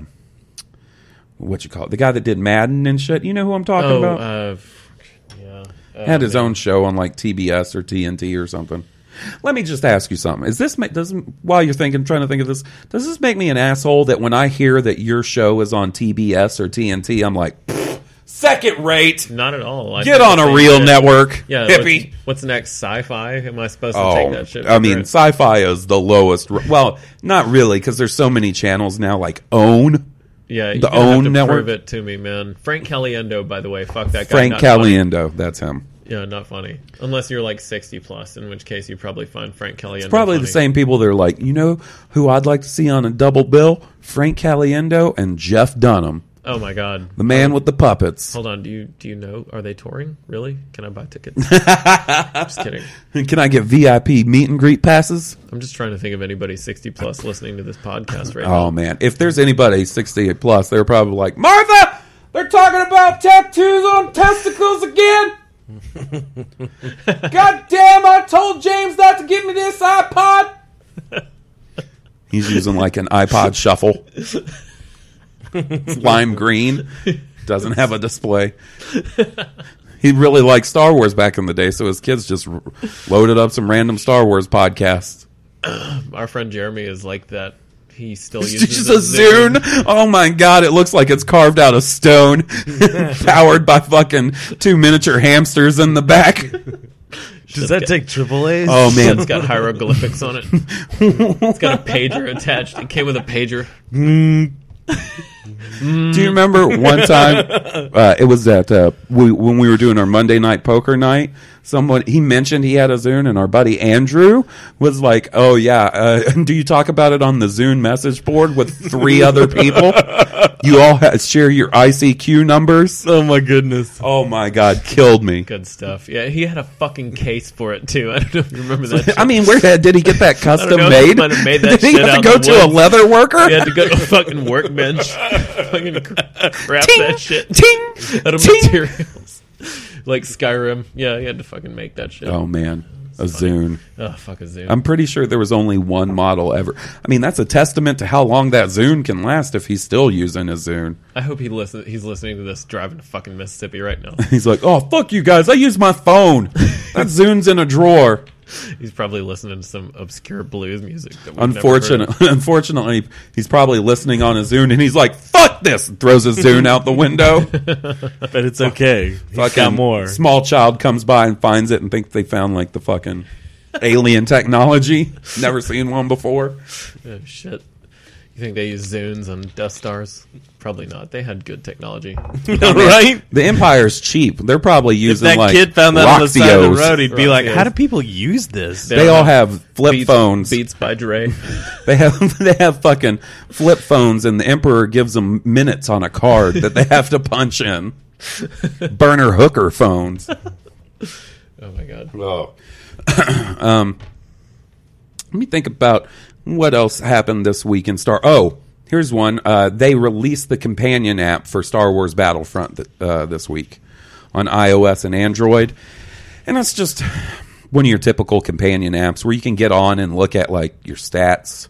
what you call it, the guy that did Madden and shit. You know who I'm talking oh, about? uh, f- yeah. Oh, Had his man. own show on like TBS or TNT or something. Let me just ask you something. Is this ma- does while you're thinking, trying to think of this, does this make me an asshole that when I hear that your show is on TBS or TNT, I'm like, second rate. Not at all. I Get think on a they real did. network, Yeah. hippie. What's, what's next? Sci-fi? Am I supposed to Oh, take that shit? I for mean, granted? sci-fi is the lowest. r- Well, not really, because there's so many channels now. Like OWN, Yeah, you're the gonna have OWN to network. Prove it to me, man. Frank Caliendo, by the way, fuck that guy. Frank not funny. Caliendo, that's him. Yeah, not funny. Unless you're like 60 plus, in which case you probably find Frank Caliendo. It's probably the funny. same people that are like, you know, who I'd like to see on a double bill: Frank Caliendo and Jeff Dunham, Oh my god. the man with the puppets. [LAUGHS] Hold on. Do you do you know? Are they touring? Really? Can I buy [LAUGHS] tickets? just kidding. Can I get VIP meet and greet passes? I'm just trying to think of anybody 60 plus listening to this podcast right now. Oh man, if there's anybody 68 plus, they're probably like Martha. They're talking about tattoos on testicles [LAUGHS] again. God damn! I told James not to give me this iPod. He's using like an [LAUGHS] iPod shuffle. It's lime green. Doesn't have a display. He really liked Star Wars back in the day, so his kids just r- loaded up some random Star Wars podcasts. Our friend Jeremy is like that. He still It's uses just a Zune. Oh my god, it looks like it's carved out of stone, powered by fucking two miniature hamsters in the back. Does that take triple A's? Oh man, it's got hieroglyphics on it. it's got a pager attached. It came with a pager. Do you remember one time? Uh, it was at uh, we, when we were doing our Monday night poker night. Someone he mentioned he had a Zune, and our buddy Andrew was like, "Oh yeah, uh, [LAUGHS] do you talk about it on the Zune message board with three other people? You all ha- share your ICQ numbers." Oh my goodness! Oh my god, killed me. Good stuff. Yeah, he had a fucking case for it too. [LAUGHS] I don't know if you remember that. [LAUGHS] shit. I mean, where the- did he get that [LAUGHS] I don't custom know, he made? might have made [LAUGHS] did that he shit have out to go in the to a woods. leather worker? [LAUGHS] He had to go to a fucking workbench, fucking cr- crap that shit, ting, out of ting. materials, like Skyrim. Yeah, he had to fucking make that shit. Oh man, a Zune. Oh, fuck a Zune. I'm pretty sure there was only one model ever. I mean, that's a testament to how long that Zune can last if he's still using a Zune. I hope he listen. He's listening to this driving to fucking Mississippi [LAUGHS] right now. He's like, "Oh fuck you guys, I use my phone. [LAUGHS] That Zune's in a drawer." He's probably listening to some obscure blues music. That we've Unfortunately, [LAUGHS] unfortunately, he's probably listening on a Zune and he's like, "Fuck this!" and throws his Zune out the [LAUGHS] window. but it's okay. He's Fucking got more. Small child comes by and finds it and thinks they found like the fucking alien [LAUGHS] technology. Never seen one before. Never heard. Oh, shit. You think they use Zunes on Death Stars? Probably not. They had good technology. [LAUGHS] [LAUGHS] [LAUGHS] right? The Empire's cheap. They're probably using that like kid found that on the side of the Roxios. road, he'd be like, Roxios. "How do people use this?" They all have flip Beats- phones. Beats [LAUGHS] by Dre. They have [LAUGHS] they have fucking flip phones, and the emperor gives them minutes on a card that they have to punch [LAUGHS] in. Burner hooker phones. Oh my god. Oh. um, let me think about what else happened this week in Star. Oh, here's one. Uh, they released the companion app for Star Wars Battlefront th- uh, this week on iOS and Android, and it's just one of your typical companion apps where you can get on and look at like your stats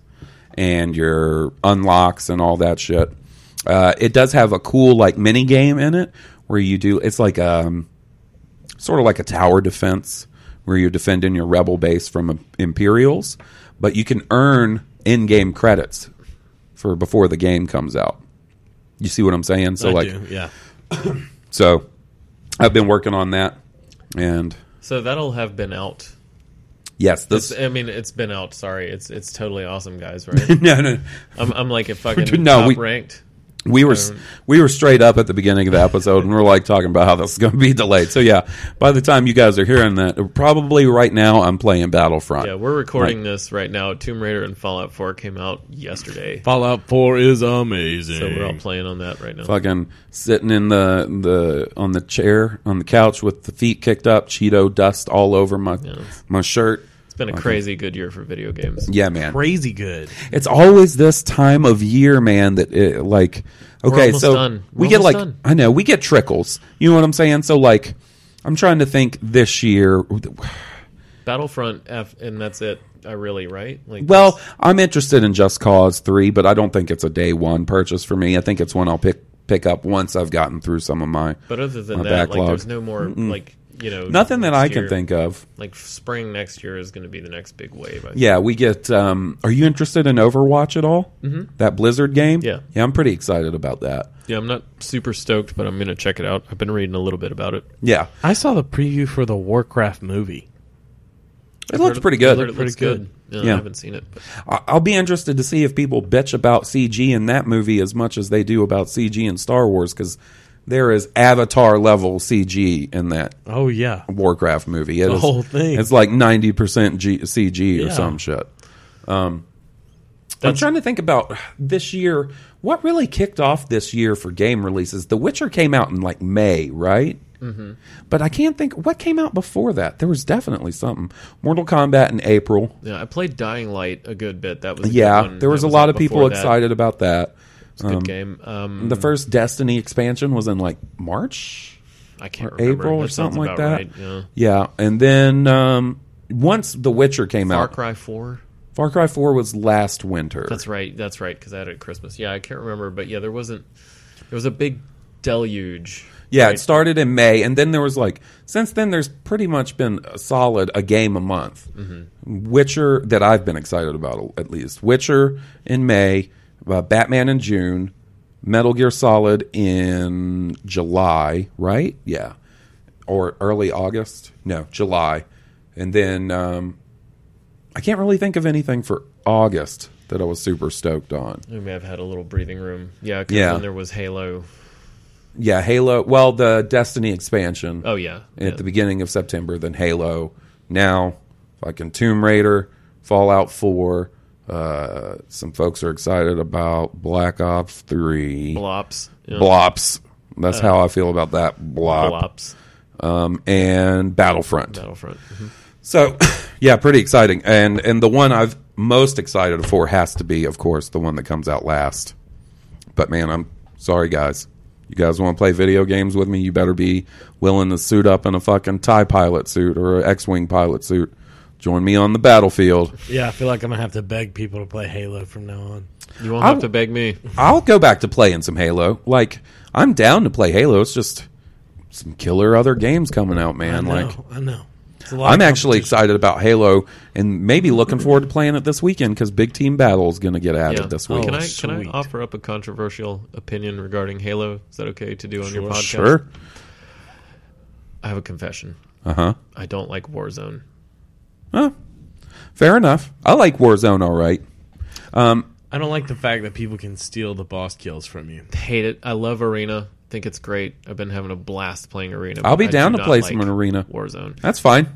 and your unlocks and all that shit. Uh, it does have a cool like mini game in it where you do it's like um sort of like a tower defense where you're defending your rebel base from um, Imperials, but you can earn in-game credits for before the game comes out. You see what I'm saying? So I like do, yeah. so I've been working on that and So that'll have been out. yes, this It's- I mean, it's been out. Sorry, it's it's totally awesome, guys. [LAUGHS] Right? No, no. I'm, I'm like a fucking [LAUGHS] No, top we- ranked. We were we were straight up at the beginning of the episode, and we're like talking about how this is going to be delayed. So yeah, by the time you guys are hearing that, probably right now I'm playing Battlefront. Yeah, we're recording this right now. Tomb Raider and Fallout 4 came out yesterday, Fallout Four is amazing. so we're all playing on that right now. Like, fucking sitting in the the on the chair on the couch with the feet kicked up, Cheeto dust all over my my shirt. It's been a crazy good year for video games. Yeah, man. Crazy good. It's always this time of year, man. That it, like, We're okay, almost so done. we We're get almost like, done. I know we get trickles. You know what I'm saying? So like, I'm trying to think this year. Battlefront F, and that's it. I really right. Like, Well, I'm interested in Just Cause Three, but I don't think it's a day one purchase for me. I think it's one I'll pick pick up once I've gotten through some of my but other than my that, backlog. like, there's no more Mm-mm. like you know nothing that next I can year. think of. Like spring next year is going to be the next big wave. I think. Yeah, we get. Um, are you interested in Overwatch at all? Mhm. That Blizzard game? Yeah. yeah, I'm pretty excited about that. yeah. I'm not super stoked, but I'm going to check it out. I've been reading a little bit about it. Yeah, I saw the preview for the Warcraft movie. it looks pretty good. It looks Pretty good. good. Yeah, Yeah. I haven't seen it. But I- I'll be interested to see if people bitch about CG in that movie as much as they do about CG in Star Wars because there is Avatar level CG in that Oh yeah. Warcraft movie. It The is- whole thing. It's like ninety percent G- CG or Yeah. some shit. Um, I'm trying to think about this year. What really kicked off this year for game releases? The Witcher came out in like May, right? Mhm. But I can't think what came out before that. There was definitely something. Mortal Kombat in April. yeah, I played Dying Light a good bit. That was a good yeah, one. there was That a lot out of people before that. excited about that. It's a good Um, game. Um, the first Destiny expansion was in like March, I can't or remember. April or That sounds something like that. about right, yeah. and then um, once The Witcher came Far out, Cry Four. Far Cry Four was last winter. That's right. That's right. Because I had it at Christmas. Yeah, I can't remember, but yeah, there wasn't. There was a big deluge. Yeah, it started in May, and then there was like since then there's pretty much been a solid a game a month. Mhm. Witcher that I've been excited about at least. Witcher in May, uh, Batman in June, Metal Gear Solid in July, right? Yeah, or early August? No, July, and then um, I can't really think of anything for August that I was super stoked on. We may have had a little breathing room. Yeah, because Yeah. then there was Halo. Yeah, Halo. Well, the Destiny expansion. Oh, yeah. at Yeah. the beginning of September. Then Halo. Now, fucking Tomb Raider, Fallout Four. Uh, some folks are excited about Black Ops Three. Blops. Yeah. Blops. That's Uh, how I feel about that. Blop. Blops. Um, and Battlefront. Battlefront. Mhm. So, [LAUGHS] yeah, pretty exciting. And and the one I've most excited for has to be, of course, the one that comes out last. But man, I'm sorry, guys. You guys want to play video games with me? You better be willing to suit up in a fucking tie pilot suit or an X-wing pilot suit. Join me on the battlefield. Yeah, I feel like I'm gonna have to beg people to play Halo from now on. You won't I'll- have to beg me. I'll go back to playing some Halo. Like I'm down to play Halo. It's just some killer other games coming out, man. I know, Like I know. It's a lot I'm of actually excited about Halo and maybe looking forward to playing it this weekend because Big Team Battle is going to get added this week. Oh, Can I can I offer up a controversial opinion regarding Halo? Is that okay to do on your Sure. podcast? Sure. I have a confession. Uh-huh. I don't like Warzone. Huh. Fair enough. I like Warzone all right. Um, I don't like the fact that people can steal the boss kills from you. Hate it. I love Arena. Think it's great. I've been having a blast playing Arena. I'll but be I down to do not play like some in arena. Warzone. That's fine.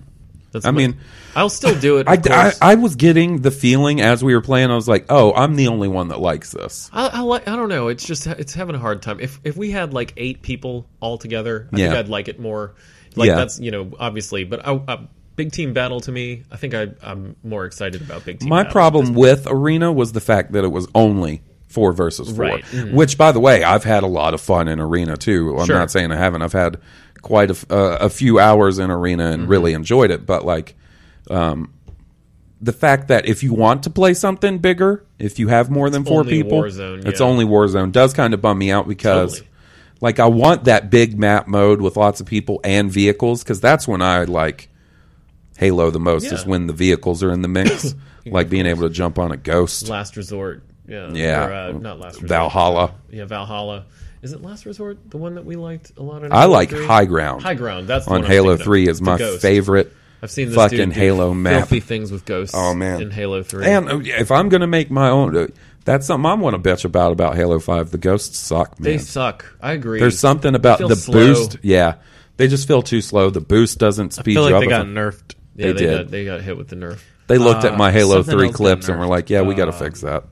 That's I my- mean, I'll still do it, I, of course. I, I was getting the feeling as we were playing. I was like, "Oh, I'm the only one that likes this." I, I like. I don't know. It's just it's having a hard time. If if we had like eight people all together, I think Yeah. I'd like it more. Like Yeah. that's you know obviously, but I, I, big team battle to me. I think I, I'm more excited about big team. My battle. problem with arena was the fact that it was only four versus four. Right. Mm. Which, by the way, I've had a lot of fun in arena too. I'm Sure. not saying I haven't. I've had quite a, f- uh, a few hours in arena Mm-hmm. and really enjoyed it. But like, um, the fact that if you want to play something bigger, if you have more than four only people, Warzone, it's yeah. only Warzone does kind of bum me out because. Like I want that big map mode with lots of people and vehicles because that's when I like Halo the most is Yeah. when the vehicles are in the [COUGHS] mix, like being able to jump on a ghost. Last resort. Yeah. Yeah. Or, uh, not last resort. Valhalla. Yeah, Valhalla. Is it Last Resort the one that we liked a lot? In I Halo like 3? High Ground. High Ground. That's the on one I was Halo thinking of. Three is The my Ghost. favorite. I've seen this fucking dude do Halo map. filthy things with ghosts. Oh man, In Halo Three. And uh, if I'm gonna make my own, uh, that's something I want to bitch about about Halo Five. The ghosts suck, man. They suck. I agree. There's something They about feel the slow. boost. Yeah, they just feel too slow. The boost doesn't speed feel you like up. they If got I- nerfed. They, Yeah, they, did. got they got hit with the nerf. They looked at Uh, Ah, my Halo something Three else got clips and were nerfed. like, "Yeah, we got to Uh, fix that."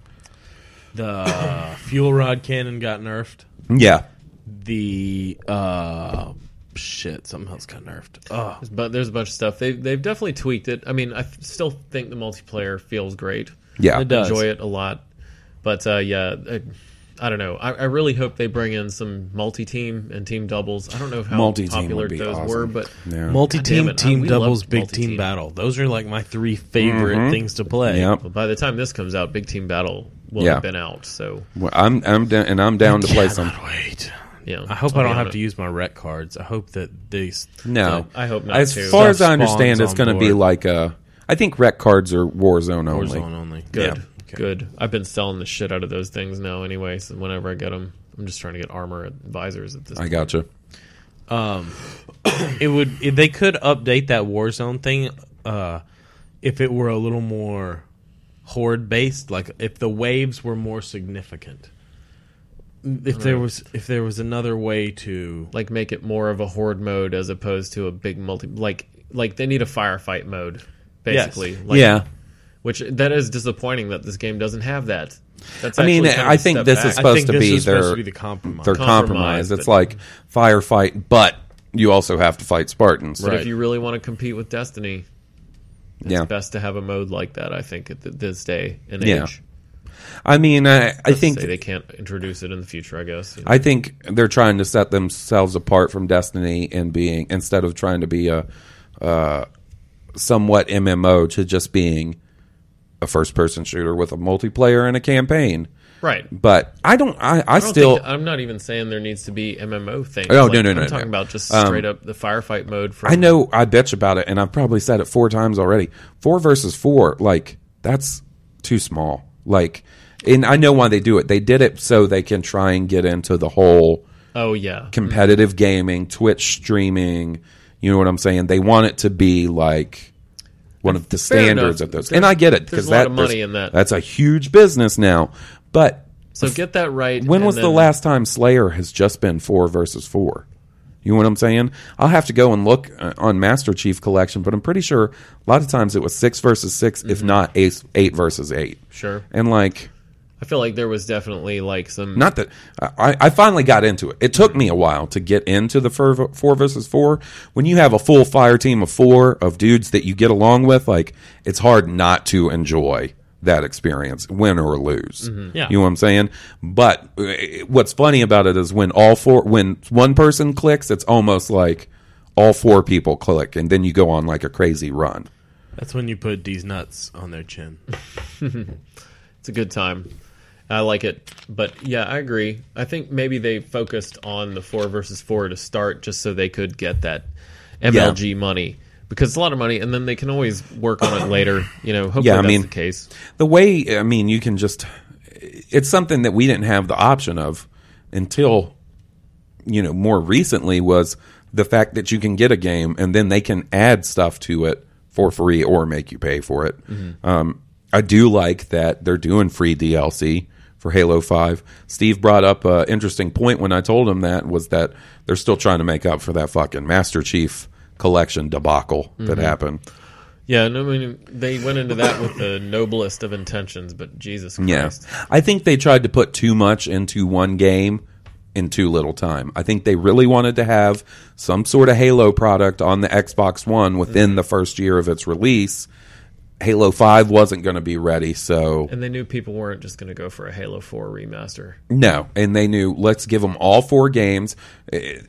The fuel rod cannon got nerfed. Yeah. The uh shit, something else got nerfed. Oh. There's, bu- there's a bunch of stuff. They they've definitely tweaked it. I mean, I f- still think the multiplayer feels great. Yeah. I It does. enjoy it a lot. But uh, yeah, I, I don't know. I, I really hope they bring in some multi-team and team doubles. I don't know how Multi-team popular would be those awesome. were, but God Multi-team, damn it, I- team we doubles, loved big multi-team. team battle. Those are like my three favorite Mhm. things to play. Yep. Well, by the time this comes out, big team battle will Yeah. have been out. So Well, I'm I'm down, and I'm [LAUGHS] down to play some. Wait. Yeah, I hope I'll I be don't on have it. to use my rec cards. I hope that these. No, that- As far as I Stuff understand, spawns it's on going to be board. like uh, I think rec cards are Warzone only. Warzone only. Good. Good. I've been selling the shit out of those things now anyway, so whenever I get them, I'm just trying to get armor and visors at this I point. gotcha. Um, it would if they could update that Warzone thing, uh, if it were a little more horde based, like if the waves were more significant. If there Right. was, if there was another way to like make it more of a horde mode as opposed to a big multi like like they need a firefight mode basically Yes. like, Yeah. which that is disappointing that this game doesn't have that that's I mean, actually kind of I a think step this back. is supposed to be is their supposed to be the compromise. Their compromise. Compromise, It's but- like firefight, but you also have to fight Spartans. but if you really want to compete with destiny it's Yeah. best to have a mode like that i think at th- this day and yeah. age I mean, I, I Let's think say they can't introduce it in the future. I guess. you know. I think they're trying to set themselves apart from Destiny and being instead of trying to be a uh, somewhat MMO to just being a first-person shooter with a multiplayer and a campaign. Right. Uh, But I don't. I, I, I don't still. think- I'm not even saying there needs to be MMO things. Oh, Like, no, no, no, I'm no. talking about just Um, straight up the firefight mode. For I know I bitch about it, and I've probably said it four times already. Four versus four, like that's too small. Like, and I know why they do it. They did it so they can try and get into the whole. Oh, yeah. competitive gaming, Twitch streaming. You know what I'm saying? They want it to be like one of the Fair standards enough. of those. There's- And I get it there's because a lot that of money there's- in that. That's a huge business now. But So get that right. when and was the then- last time Slayer has just been four versus four? You know what I'm saying? I'll have to go and look uh, on Master Chief Collection, but I'm pretty sure a lot of times it was six versus 6 Mm-hmm. if not eight, eight versus eight. Sure. And like, I feel like there was definitely like some Um, not that I, I finally got into it. It took me a while to get into the four, four versus four. When you have a full fire team of four of dudes that you get along with, like it's hard not to enjoy that experience, win or lose. Mhm. Yeah. You know what I'm saying? But uh, what's funny about it is when all four, when one person clicks, it's almost like all four people click, and then you go on like a crazy run. That's when you put D's nuts on their chin. it's a good time. I like it, but yeah, I agree. I think maybe they focused on the four versus four to start, just so they could get that MLG money because it's a lot of money, and then they can always [COUGHS] work on it later. You know, hopefully that's the case. The way I mean, you can just it's something that we didn't have the option of until you know more recently was the fact that you can get a game and then they can add stuff to it for free or make you pay for it. Mhm. Um, I do like that they're doing free DLC for Halo Five. Steve brought up an interesting point when I told him that was that they're still trying to make up for that fucking Master Chief collection debacle that Mhm. happened. Yeah, and I mean they went into that with the noblest of intentions, but Jesus Christ. Yeah. I think they tried to put too much into one game in too little time. I think they really wanted to have some sort of Halo product on the Xbox One within the first year of its release. Halo 5 wasn't going to be ready, so And they knew people weren't just going to go for a Halo 4 remaster. no. And they knew let's give them all four games. Eh,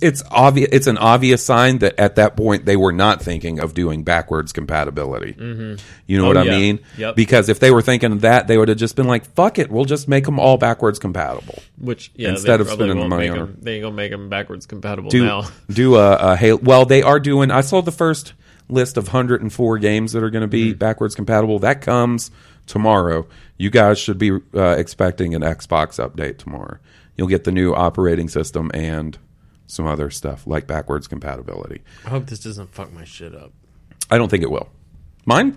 It's obvious it's an obvious sign that at that point they were not thinking of doing backwards compatibility. Mhm. You know Oh, what I yeah. mean? Yep. Because if they were thinking of that, they would have just been like, "Fuck it, we'll just make them all backwards compatible." Which yeah, instead they of spending the money on them, they ain't gonna make them backwards compatible do now. [LAUGHS] do a, a Halo. Well, they are doing. I saw the first list of 104 games that are going to be backwards compatible. That comes tomorrow. You guys should be uh, expecting an Xbox update tomorrow. You'll get the new operating system and some other stuff like backwards compatibility. I hope this doesn't fuck my shit up. I don't think it will. Mine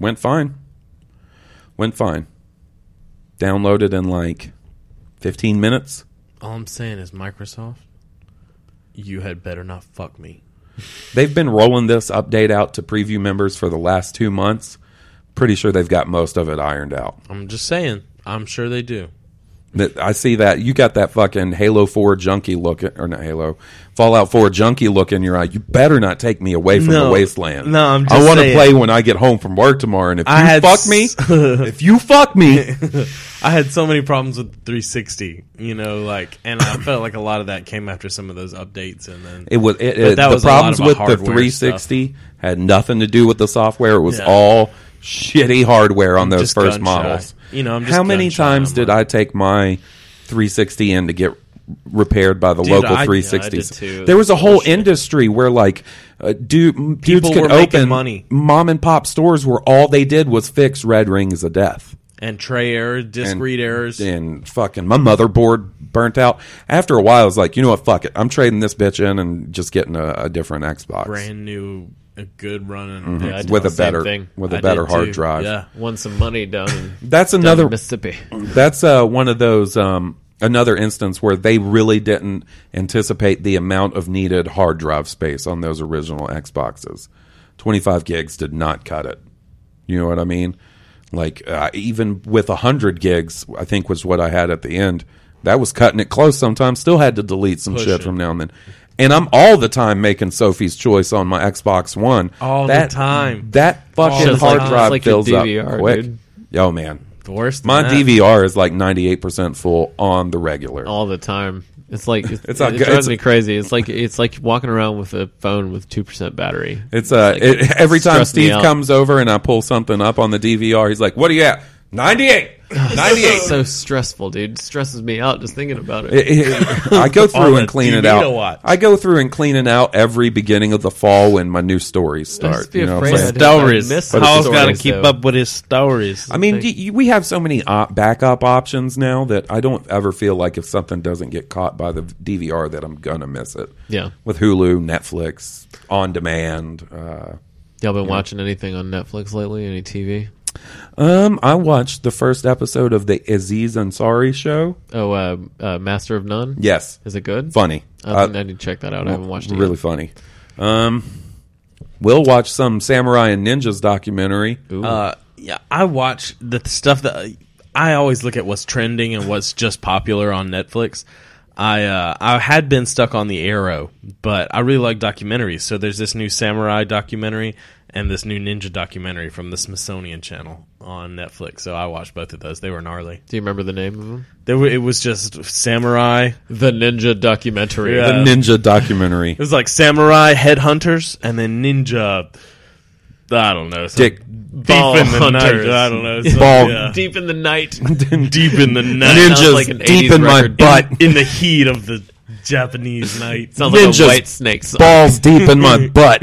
went fine. Went fine. Downloaded in like 15 minutes. All I'm saying is Microsoft, you had better not fuck me. They've been rolling this update out to preview members for the last two months. Pretty sure they've got most of it ironed out. I'm just saying. I'm sure they do. That I see that you got that fucking Halo Four junkie look, or not Halo, Fallout Four junkie look in your eye. You better not take me away from the No. wasteland. No, I'm I just want to saying. play when I get home from work tomorrow. And if I you had fuck s- me, if you fuck me, [LAUGHS] I had so many problems with 360, you know, like, [COUGHS] and I felt like a lot of that came after some of those updates, and then It was it, But it- the a lot problems of with the hardware stuff. 360 had nothing to do with the software. It was No. all shitty hardware on those just first gun models. shy. You know, I'm just how many gun shy times did I take my 360 in to get repaired by the Dude, local I- yeah, I 360s? did too. There was a whole industry where like uh, dude, m- dudes People could were making open money. mom and pop stores where all they did was fix red rings of death and tray error, disc And- read errors. and fucking my motherboard burnt out. After a while, I was like, you know what, fuck it. I'm trading this bitch in and just getting a, a different Xbox. brand new, a good running Mhm. I did With the a same better- with a did better hard too. drive. Yeah, won some money down. in- That's down in another Mississippi. That's uh, one of those um, another instance where they really didn't anticipate the amount of needed hard drive space on those original Xboxes. Twenty five gigs did not cut it. You know what I mean? Like uh, even with hundred gigs, I think was what I had at the end. That was cutting it close. Sometimes still had to delete some Push shit it. from now and then. And I'm all the time making Sophie's choice on my Xbox One. All the that, time. that All fucking the hard time. drive It's like your fills up DVR, quick. dude. Yo, man, The worst. My than that. DVR is like 98% full on the regular. all the time. It's like [LAUGHS] it's, It's not it good. drives It's- me crazy. It's like it's like walking around with a phone with two percent battery. It's uh, like, it, every time stressed me Steve out. comes over and I pull something up on the DVR, he's like, "What are you at? [LAUGHS] 98, 98." It's so stressful, dude. It stresses me out just thinking about it. It- it- I [LAUGHS] go On through a and clean it TV out. to watch. I go through and clean it out every beginning of the fall when my new stories start. Just be you know what I'm afraid saying? I didn't, like, Stories. miss some But it's- stories, Gotta keep though. up with his stories. I mean, y- y- we have so many op- backup options now that I don't ever feel like if something doesn't get caught by the DVR that I'm gonna miss it. Yeah. with Hulu, Netflix, on demand. Uh, Y'all you been know. watching anything on Netflix lately? Any TV? Um, I watched the first episode of the Aziz Ansari show. Oh, uh, uh, Master of None. Yes, Is it good? Funny. Uh, I, think I need to check that out. I haven't watched it. Really funny. Um, we'll watch some samurai and ninjas documentary. Uh, yeah, I watch the stuff that I always look at what's trending and what's just popular on Netflix. I uh, I had been stuck on the Arrow, but I really like documentaries. So there's this new samurai documentary and this new ninja documentary from the Smithsonian Channel on Netflix. So I watched both of those. They were gnarly. Do you remember the name of them? They were, it was just samurai. The ninja documentary. The ninja documentary. [LAUGHS] It was like samurai headhunters and then ninja. I don't know. some Dick- deep Ball in the hunters. night. I don't know. some- Ball- yeah. Deep in the night. deep in the night. Ninjas Sounds like an deep 80s in my record. [LAUGHS] butt. in, in the heat of the Japanese [LAUGHS] night. Sounds like a Ninjas White Snake song. balls deep in my butt.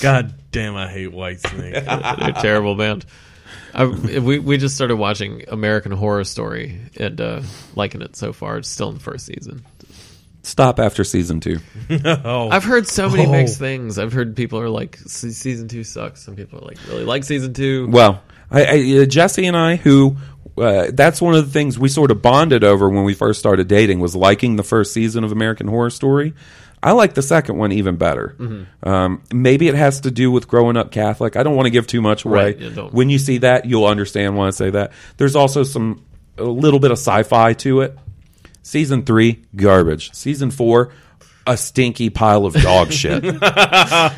God damn, I hate White Snake. They're a terrible band. I, we we just started watching American Horror Story and uh, liking it so far. It's still in the first season. Stop after season two. I've heard so many Oh. mixed things. I've heard people are like "Se- season two sucks. Some people are like really like season two. Well, I, I, uh, Jesse and I, who uh, that's one of the things we sort of bonded over when we first started dating, was liking the first season of American Horror Story. I like the second one even better. Mm-hmm. Um, maybe it has to do with growing up Catholic. I don't want to give too much away. Right, yeah, don't. when you see that, you'll understand why I say that. There's also some a little bit of sci-fi to it. Season three, garbage. Season four, a stinky pile of dog [LAUGHS] shit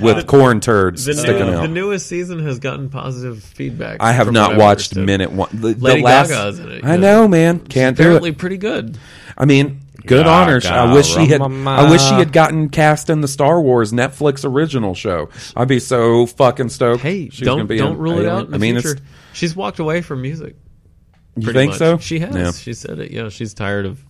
with corn turds the, sticking new- out. the newest season has gotten positive feedback. I have from not what I've watched understood. minute one. The, the Lady last, Gaga's in it. I yeah. know, man. Can't do Apparently it. pretty good. I mean, good honor. I wish she had. I wish she had gotten cast in the Star Wars Netflix original show. I'd be so fucking stoked. Hey, She's gonna don't be don't in rule it Alien. out. In the I mean, future. she's walked away from music. you pretty think much. so? She has. Yeah. She said it. Yeah, she's tired of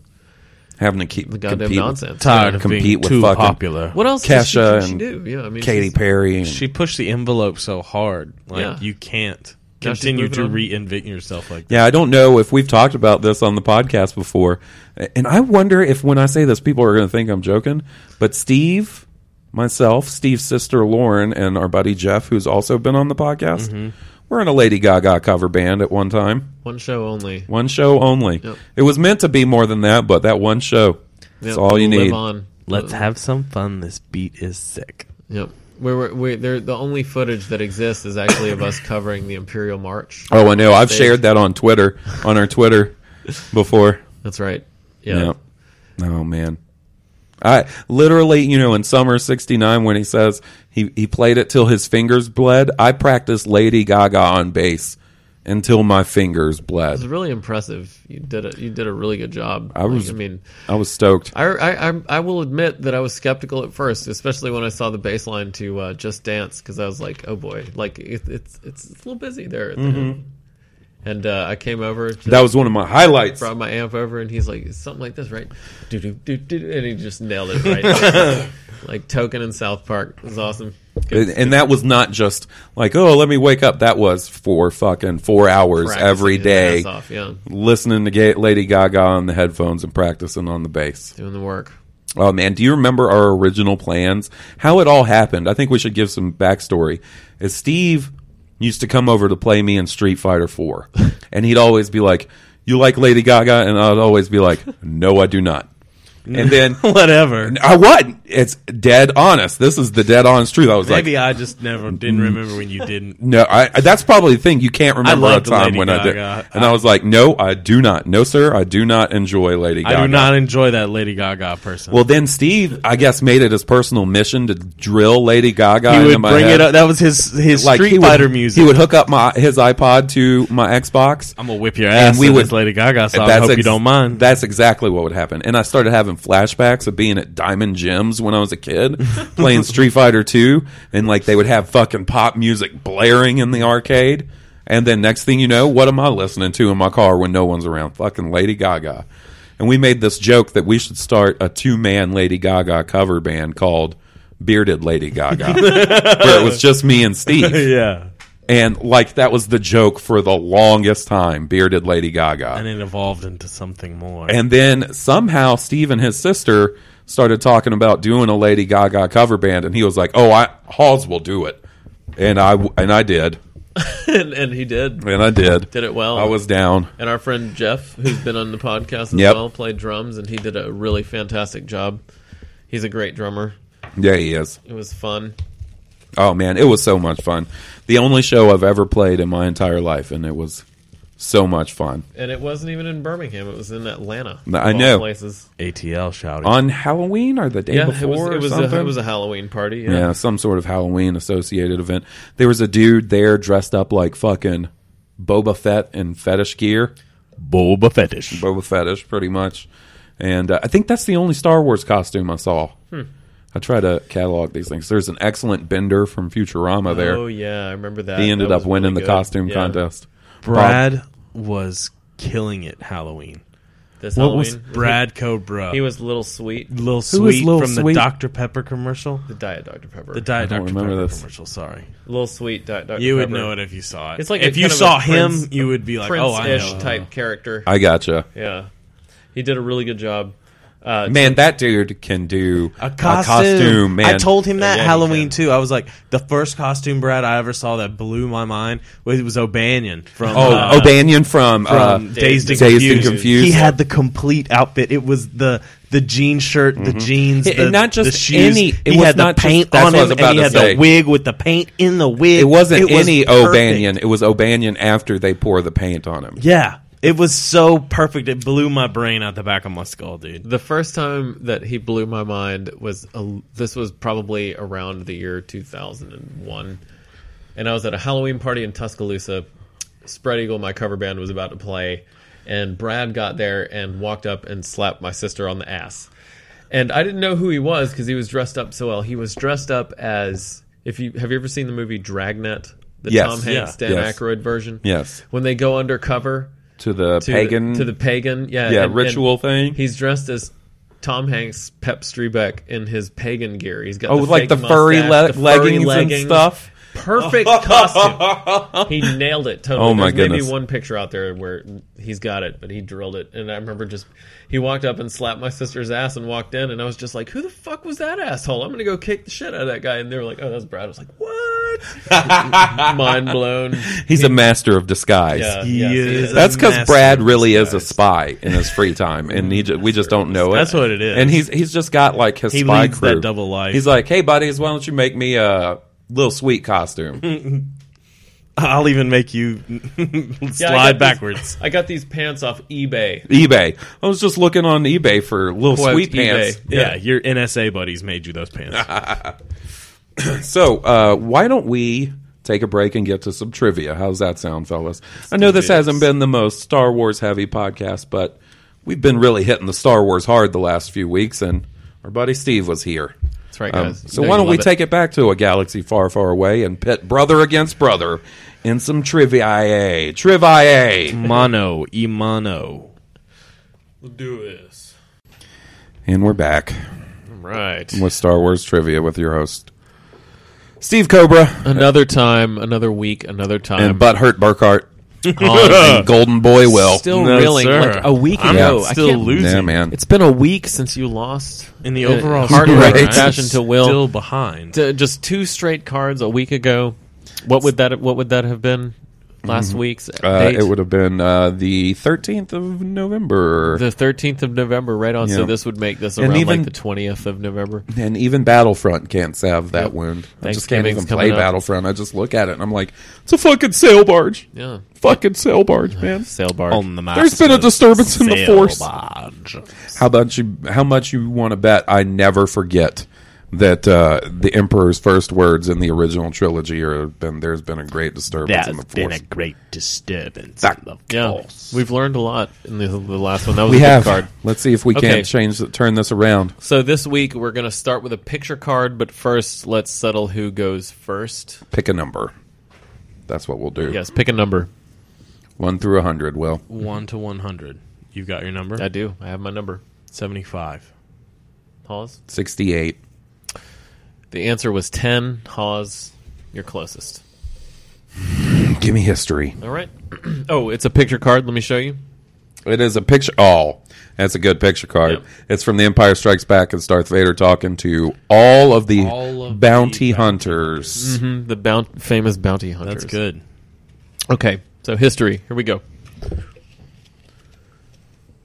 having to keep the goddamn compete, nonsense. Tired of compete being with too fucking popular. What else does she- Kesha can she and do? Yeah, I mean, Katy she's- Perry. And, she pushed the envelope so hard, like Yeah. you can't Now she's continue moving to on. reinvent yourself like that. yeah, I don't know if we've talked about this on the podcast before, and I wonder if when I say this, people are going to think I'm joking. But Steve, myself, Steve's sister Lauren, and our buddy Jeff, who's also been on the podcast, Mm-hmm. we're in a Lady Gaga cover band at one time, one show only. one show only. Yep. It was meant to be more than that, but that one show, that's Yep, all you live need. on. Let's have some fun. This beat is sick. Yep. Where we're, we there the only footage that exists is actually of us covering the Imperial March. Oh, I know. I've Stage. shared that on Twitter, on our [LAUGHS] Twitter, before. That's right. Yeah. Yep. Oh man. I literally, you know, in summer '69 when he says he he played it till his fingers bled. I practiced Lady Gaga on bass until my fingers It's bled. really impressive. You did a you did a really good job. I Like, was- I mean, I was stoked. I, I I I will admit that I was skeptical at first, especially when I saw the bass line to uh, "Just Dance" because I was like, "Oh boy, like it, it's it's it's a little busy there." at the Mm-hmm. end. And uh, I came over. to- That was one of my highlights. Brought my amp over, and he's like, "It's "Something like this, right?" Do do do do, and he just nailed [LAUGHS] it right. like Token in South Park it was awesome. And, and that was not just like, oh, let me wake up. That was for fucking four hours Practicing every his day, ass off, yeah. listening to Ga- Lady Gaga on the headphones and practicing on the bass. Doing the work. [LAUGHS] Oh man, do you remember our original plans? How it all happened? I think we should give some backstory. Is Steve used to come over to play me in Street Fighter [LAUGHS] Four, and he'd always be like, "You like Lady Gaga?" and I'd always be like, "No, I do not." And [LAUGHS] then [LAUGHS] whatever. I wasn't. It's dead honest. This is the dead honest truth. I was like, Maybe I just never [LAUGHS] didn't remember when you didn't. no, I, I- that's probably the thing. You can't remember a like the time Lady when I did. Gaga. And I, was like, no, I do not. No, sir, I do not enjoy Lady Gaga. I do not enjoy that Lady Gaga person. Well, then Steve, I guess, made it his personal mission to drill Lady Gaga He into would my bring head. it up- that was his- his Street he would- Fighter music. He would hook up my his iPod to my Xbox. I'm gonna whip your ass to this Lady Gaga song. Hope you don't mind. That's exactly what would happen. And I started having flashbacks of being at Diamond Gyms when I was a [LAUGHS] kid, playing Street Fighter Two, and like they would have fucking pop music blaring in the arcade. And then next thing you know, what am I listening to in my car when no one's around? Fucking Lady Gaga. And we made this joke that we should start a two man Lady Gaga cover band called Bearded Lady [LAUGHS] Gaga, where it was just me and Steve. Yeah. And like that was the joke for the longest time, Bearded Lady Gaga. and it evolved into something more. And then somehow Steve and his sister started talking about doing a Lady Gaga cover band, and he was like, "Oh, I Halls will do it," and I and I did. and, and he did. And I did. Did it well. I was down. And our friend Jeff, who's been on the podcast as Yep. well, played drums, and he did a really fantastic job. He's a great drummer. Yeah, he is. It was fun. Oh man, it was so much fun. The only show I've ever played in my entire life, and it was so much fun. And it wasn't even in Birmingham; it was in Atlanta. No, of I all know. places. ATL shouting On Halloween or the day Yeah, it was- before? it or was a- something? it was a Halloween party, yeah. some sort of Halloween associated event. There was a dude there dressed up like fucking Boba Fett in fetish gear. Boba fetish. Boba fetish, pretty much. And uh, I think that's the only Star Wars costume I saw. Hmm. I try to catalog these things. There's an excellent Bender from Futurama there. Oh, yeah, I remember that. He ended That up was winning really the good. costume Yeah. contest. Brad was killing it Halloween. This what was Halloween? Brad Code Bro? He was Little Sweet. Little Who Sweet was Lil from Sweet? the Dr Pepper commercial. The Diet Dr Pepper. The Diet I don't Dr remember Pepper this. commercial. Sorry, Little Sweet Diet Dr You would Pepper. know it if you saw it. It's like If a you kind of a saw him, Prince- you would be like, "Oh, I Prince-ish know." type character. I gotcha. Yeah, he did a really good job. Uh, Man, that dude can do A costume. costume, man. I told him that Yeah, he Halloween too. I was like, the first costume Brad I ever saw that blew my mind was it was O'Banion from Oh, uh, O'Banion from, uh, Dazed, and, Dazed and Confused. Confused. He had the complete outfit. It was the the jean shirt, Mm-hmm. the jeans, And the, not just the shoes. any- it he was had the not just- paint that's on what I him, was and about he to had say. the wig with the paint in the wig. It wasn't was any perfect. O'Banion. It was O'Banion after they pour the paint on him. Yeah, it was so perfect. It blew my brain out the back of my skull, dude. The first time that he blew my mind was a, this was probably around the year 2001. And I was at a Halloween party in Tuscaloosa. Spread Eagle, my cover band, was about to play. And Brad got there and walked up and slapped my sister on the ass. And I didn't know who he was because he was dressed up so well. He was dressed up as if you have you ever seen the movie Dragnet, the Yes. Tom Hanks, Yeah. Dan Yes. Aykroyd version. Yes. When they go undercover To the pagan- to the pagan, yeah, Yeah, ritual thing. He's dressed as Tom Hanks, Pep Strebeck in his pagan gear. He's got Oh, the like fake the furry mustache, le- the furry leggings and stuff? [LAUGHS] Perfect costume. He nailed it totally. Oh, my There's goodness. Maybe one picture out there where he's got it, but he drilled it. And I remember just he walked up and slapped my sister's ass and walked in, and I was just like, "Who the fuck was that asshole? I'm gonna go kick the shit out of that guy." And they were like, "Oh, that's Brad." I was like, [LAUGHS] "What?" Mind blown. He's a master of disguise. Yeah, He yes, he is is. That's a because master Brad really is a spy in his free time, and he ju- we just don't know it. That's what it is. And he's he's just got like his He spy leads crew. that double life. He's like, hey buddies, why don't you make me a little sweet costume? [LAUGHS] I'll even make [LAUGHS] you Yeah, I slide got these- [LAUGHS] backwards. I got these pants off eBay. eBay. I was just looking on eBay for little Quote, sweet eBay. pants. Yeah, your NSA buddies made you those pants. So, uh, why don't we take a break and get to some trivia? How's that sound, fellas? I know this hasn't been the most Star Wars heavy podcast, but we've been really hitting the Star Wars hard the last few weeks, and our buddy Steve was here. That's right, guys. Um, so, They're why gonna don't we love it. take it back to a galaxy far, far away and pit brother against brother in some trivia? Trivia! Mono, imano. We'll do this. And we're back All right. with Star Wars trivia with your host, Steve Cobra Another time, another week, another time. and Butthurt Burkhart. Oh, and Golden Boy Will. Still reeling like a week I'm ago. Yeah. I still can't- losing. Yeah, man. It's been a week since you lost In the [LAUGHS] overall hard score, right? fashion to Will. Uh, Still behind. D- just two straight cards a week ago. What would that? What would that have been? last week's Uh, date? it would have been uh, the 13th of November. the 13th of November, right on. Yeah. So this would make this And around even- like the 20th [LAUGHS] of November. And even Battlefront can't salve that wound. I just can't even Thanksgiving's play coming up. Battlefront. I just look at it and I'm like, it's a fucking sail barge. Yeah. Fucking sail barge, man. Sail barge. On the There's been a massive disturbance in the sail force. How about you? How much you want to bet? I never forget that uh, the Emperor's first words in the original trilogy are been. There's been a great disturbance in the There's force. been a great disturbance. yeah, we've learned a lot in the, the last one. That was we a good have. card. Let's see if we Okay. can't change the, turn this around. So this week we're going to start with a picture card, but first let's settle who goes first. Pick a number. That's what we'll do. Yes, pick a number. One through a hundred. Will One to one hundred. You've got your number. I do. I have my number. Seventy-five. Hawes. sixty-eight. [CLEARS THROAT] The answer was ten. Hawes, you're closest. Give me history. All right. [CLEARS THROAT] oh, it's a picture card. Let me show you. It is a picture. Oh, that's a good picture card. It's from The Empire Strikes Back. It's Darth Vader talking to all of the bounty hunters. hmm the bount- famous bounty hunters. That's good. Okay, so history. Here we go.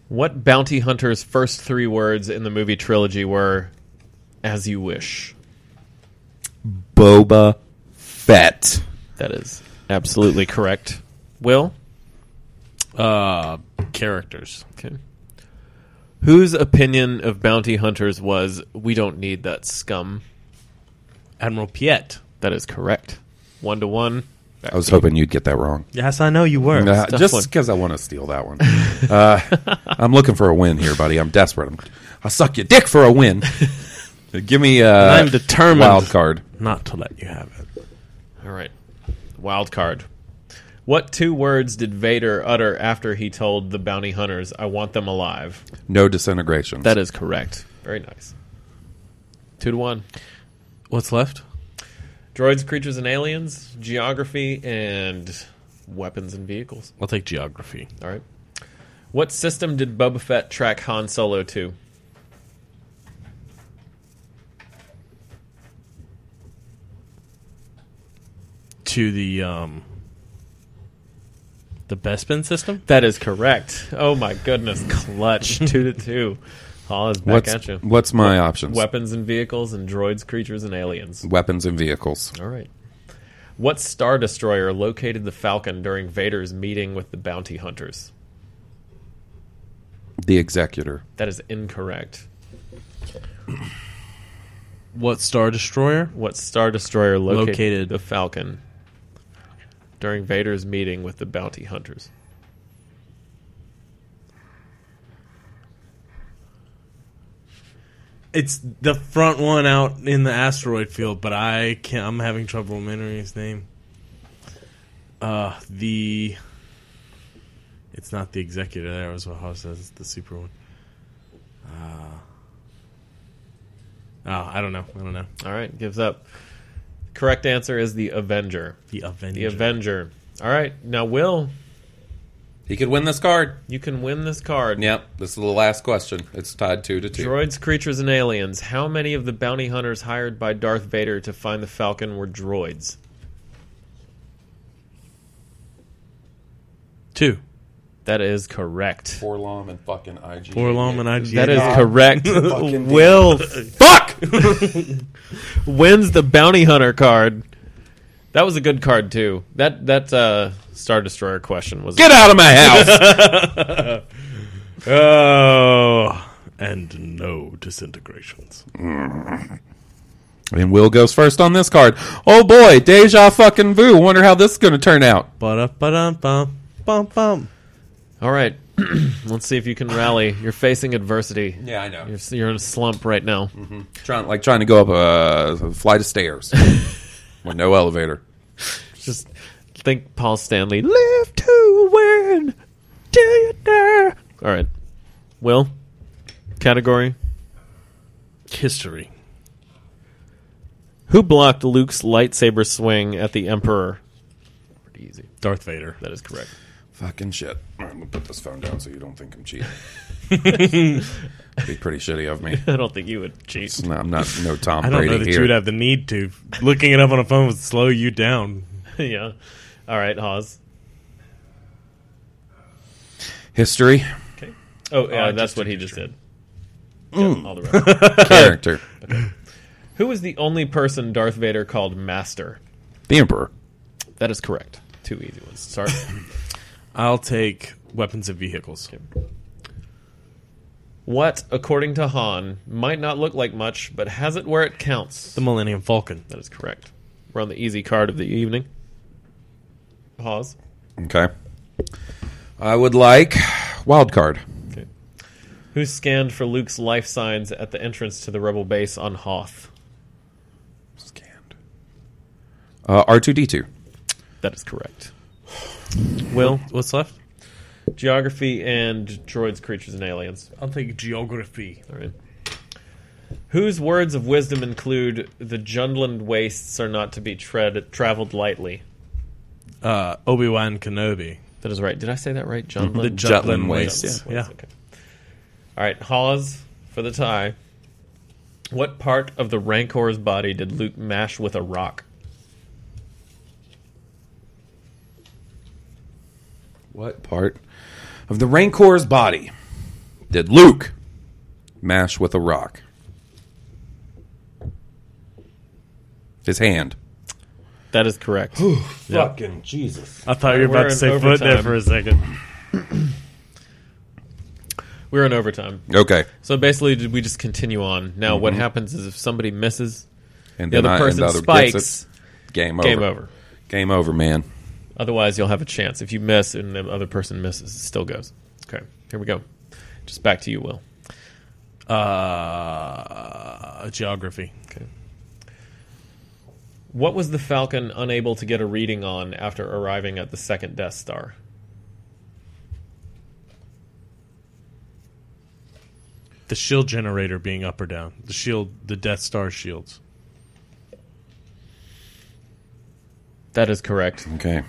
What bounty hunter's first three words in the movie trilogy were "as you wish"? Boba Mm-hmm. Fett. That is absolutely correct. Will? Uh, characters. Okay. Whose opinion of bounty hunters was "we don't need that scum"? Admiral Piet. That is correct. One to one. I was hoping you'd get that wrong. Yes, I know you were. Nah, It's a tough one. just because I want to steal that one. Uh, I'm looking for a win here, buddy. I'm desperate. I'm, I'll suck your dick for a [LAUGHS] win. Give me a I'm determined wild card. not to let you have it. All right. Wild card. What two words did Vader utter after he told the bounty hunters, "I want them alive"? No disintegration. That is correct. Very nice. Two to one. What's left? Droids, creatures, and aliens, geography, and weapons and vehicles. I'll take geography. All right. What system did Boba Fett track Han Solo to? To the um, the Bespin system. That is correct. Oh my goodness, clutch [LAUGHS] two to two. Hall is back What's- at you. what's my options? Weapons and vehicles, and droids, creatures, and aliens. Weapons and vehicles. All right. What star destroyer located the Falcon during Vader's meeting with the bounty hunters? The executor. That is incorrect. What star destroyer? What star destroyer located, Located. the Falcon during Vader's meeting with the bounty hunters? It's the front one out in the asteroid field, but I can't. I'm having trouble remembering his name. Uh, the. It's not the executor. There was what Hoss says. It's the super one. Uh, oh, I don't know. I don't know. All right, gives up. Correct answer is the Avenger. The Avenger. The Avenger. All right, now Will, He could win this card. you can win this card. Yep. This is the last question. It's tied two to two. Droids, creatures, and aliens. How many of the bounty hunters hired by Darth Vader to find the Falcon were droids? Two. That is correct. Forlom and fucking IG. Forlom and IG. That is God. correct. Fucking Will fuck wins the bounty hunter card. That was a good card too. That that uh, star destroyer question was Get out of my [LAUGHS] house. Oh, and no disintegrations. and Will goes first on this card. Oh boy, deja fucking vu. Wonder how this is going to turn out. Ba-da-ba-dum-bum. Bum, bum. All right, [CLEARS THROAT] let's see if you can rally. You're facing adversity. Yeah, I know. You're, you're in a slump right now. Trying like trying to go up a flight [LAUGHS] of stairs with no elevator. Just think, Paul Stanley. Live to win. Do you dare? All right, Will. Category. History. Who blocked Luke's lightsaber swing at the [LAUGHS] Emperor? Pretty easy. Darth Vader. That is correct. Fucking shit. All right, I'm gonna put this phone down so you don't think [LAUGHS] I'm cheating. Be pretty shitty of me. I don't think you would cheat. No, I'm not. No Tom I don't Brady know that here. you would have the need to. Looking it up on a phone would slow you down. yeah. All right, Hawes. [LAUGHS] History. Okay. Oh, yeah, that's what he just did. Yeah, Mm. all the [LAUGHS] rest. Character. Okay. Who was the only person Darth Vader called Master? The Emperor. That is correct. Two easy ones. Sorry. [LAUGHS] I'll take weapons and vehicles. What, according to Han, might not look like much, but has it where it counts? The Millennium Falcon. That is correct. We're on the easy card of the evening. Pause. Okay. I would like wild card. Who scanned for Luke's life signs at the entrance to the Rebel base on Hoth? Uh, R two D two. That is correct. Will, what's left? Geography and droids, creatures, and aliens. Oh, I'll take geography. All right. Whose words of wisdom include the Jundland wastes are not to be tread traveled lightly? Uh, Obi Wan Kenobi. That is right. Did I say that right? Mm-hmm. Jundland. The Jutland Wastes. Yeah. Okay. All right, Hawes for the tie. What part of the Rancor's body did Luke mash with a rock? What part of the Rancor's body did Luke mash with a rock? His hand. That is correct. Fucking Jesus. I thought you were about We're to say in foot there overtime. for a second. [GASPS] We're in overtime. Okay. So basically, did we just continue on? Now, what Mhm. happens is if somebody misses, And the then other I- and person the other spikes. gets it. Game over. Game over. Game over, man. Otherwise, you'll have a chance. If you miss and the other person misses, it still goes. Okay, here we go. Just back to you, Will. Uh, geography. Okay. What was the Falcon unable to get a reading on after arriving at the second Death Star? The shield generator being up or down. The shield, the Death Star shields. That is correct. Okay.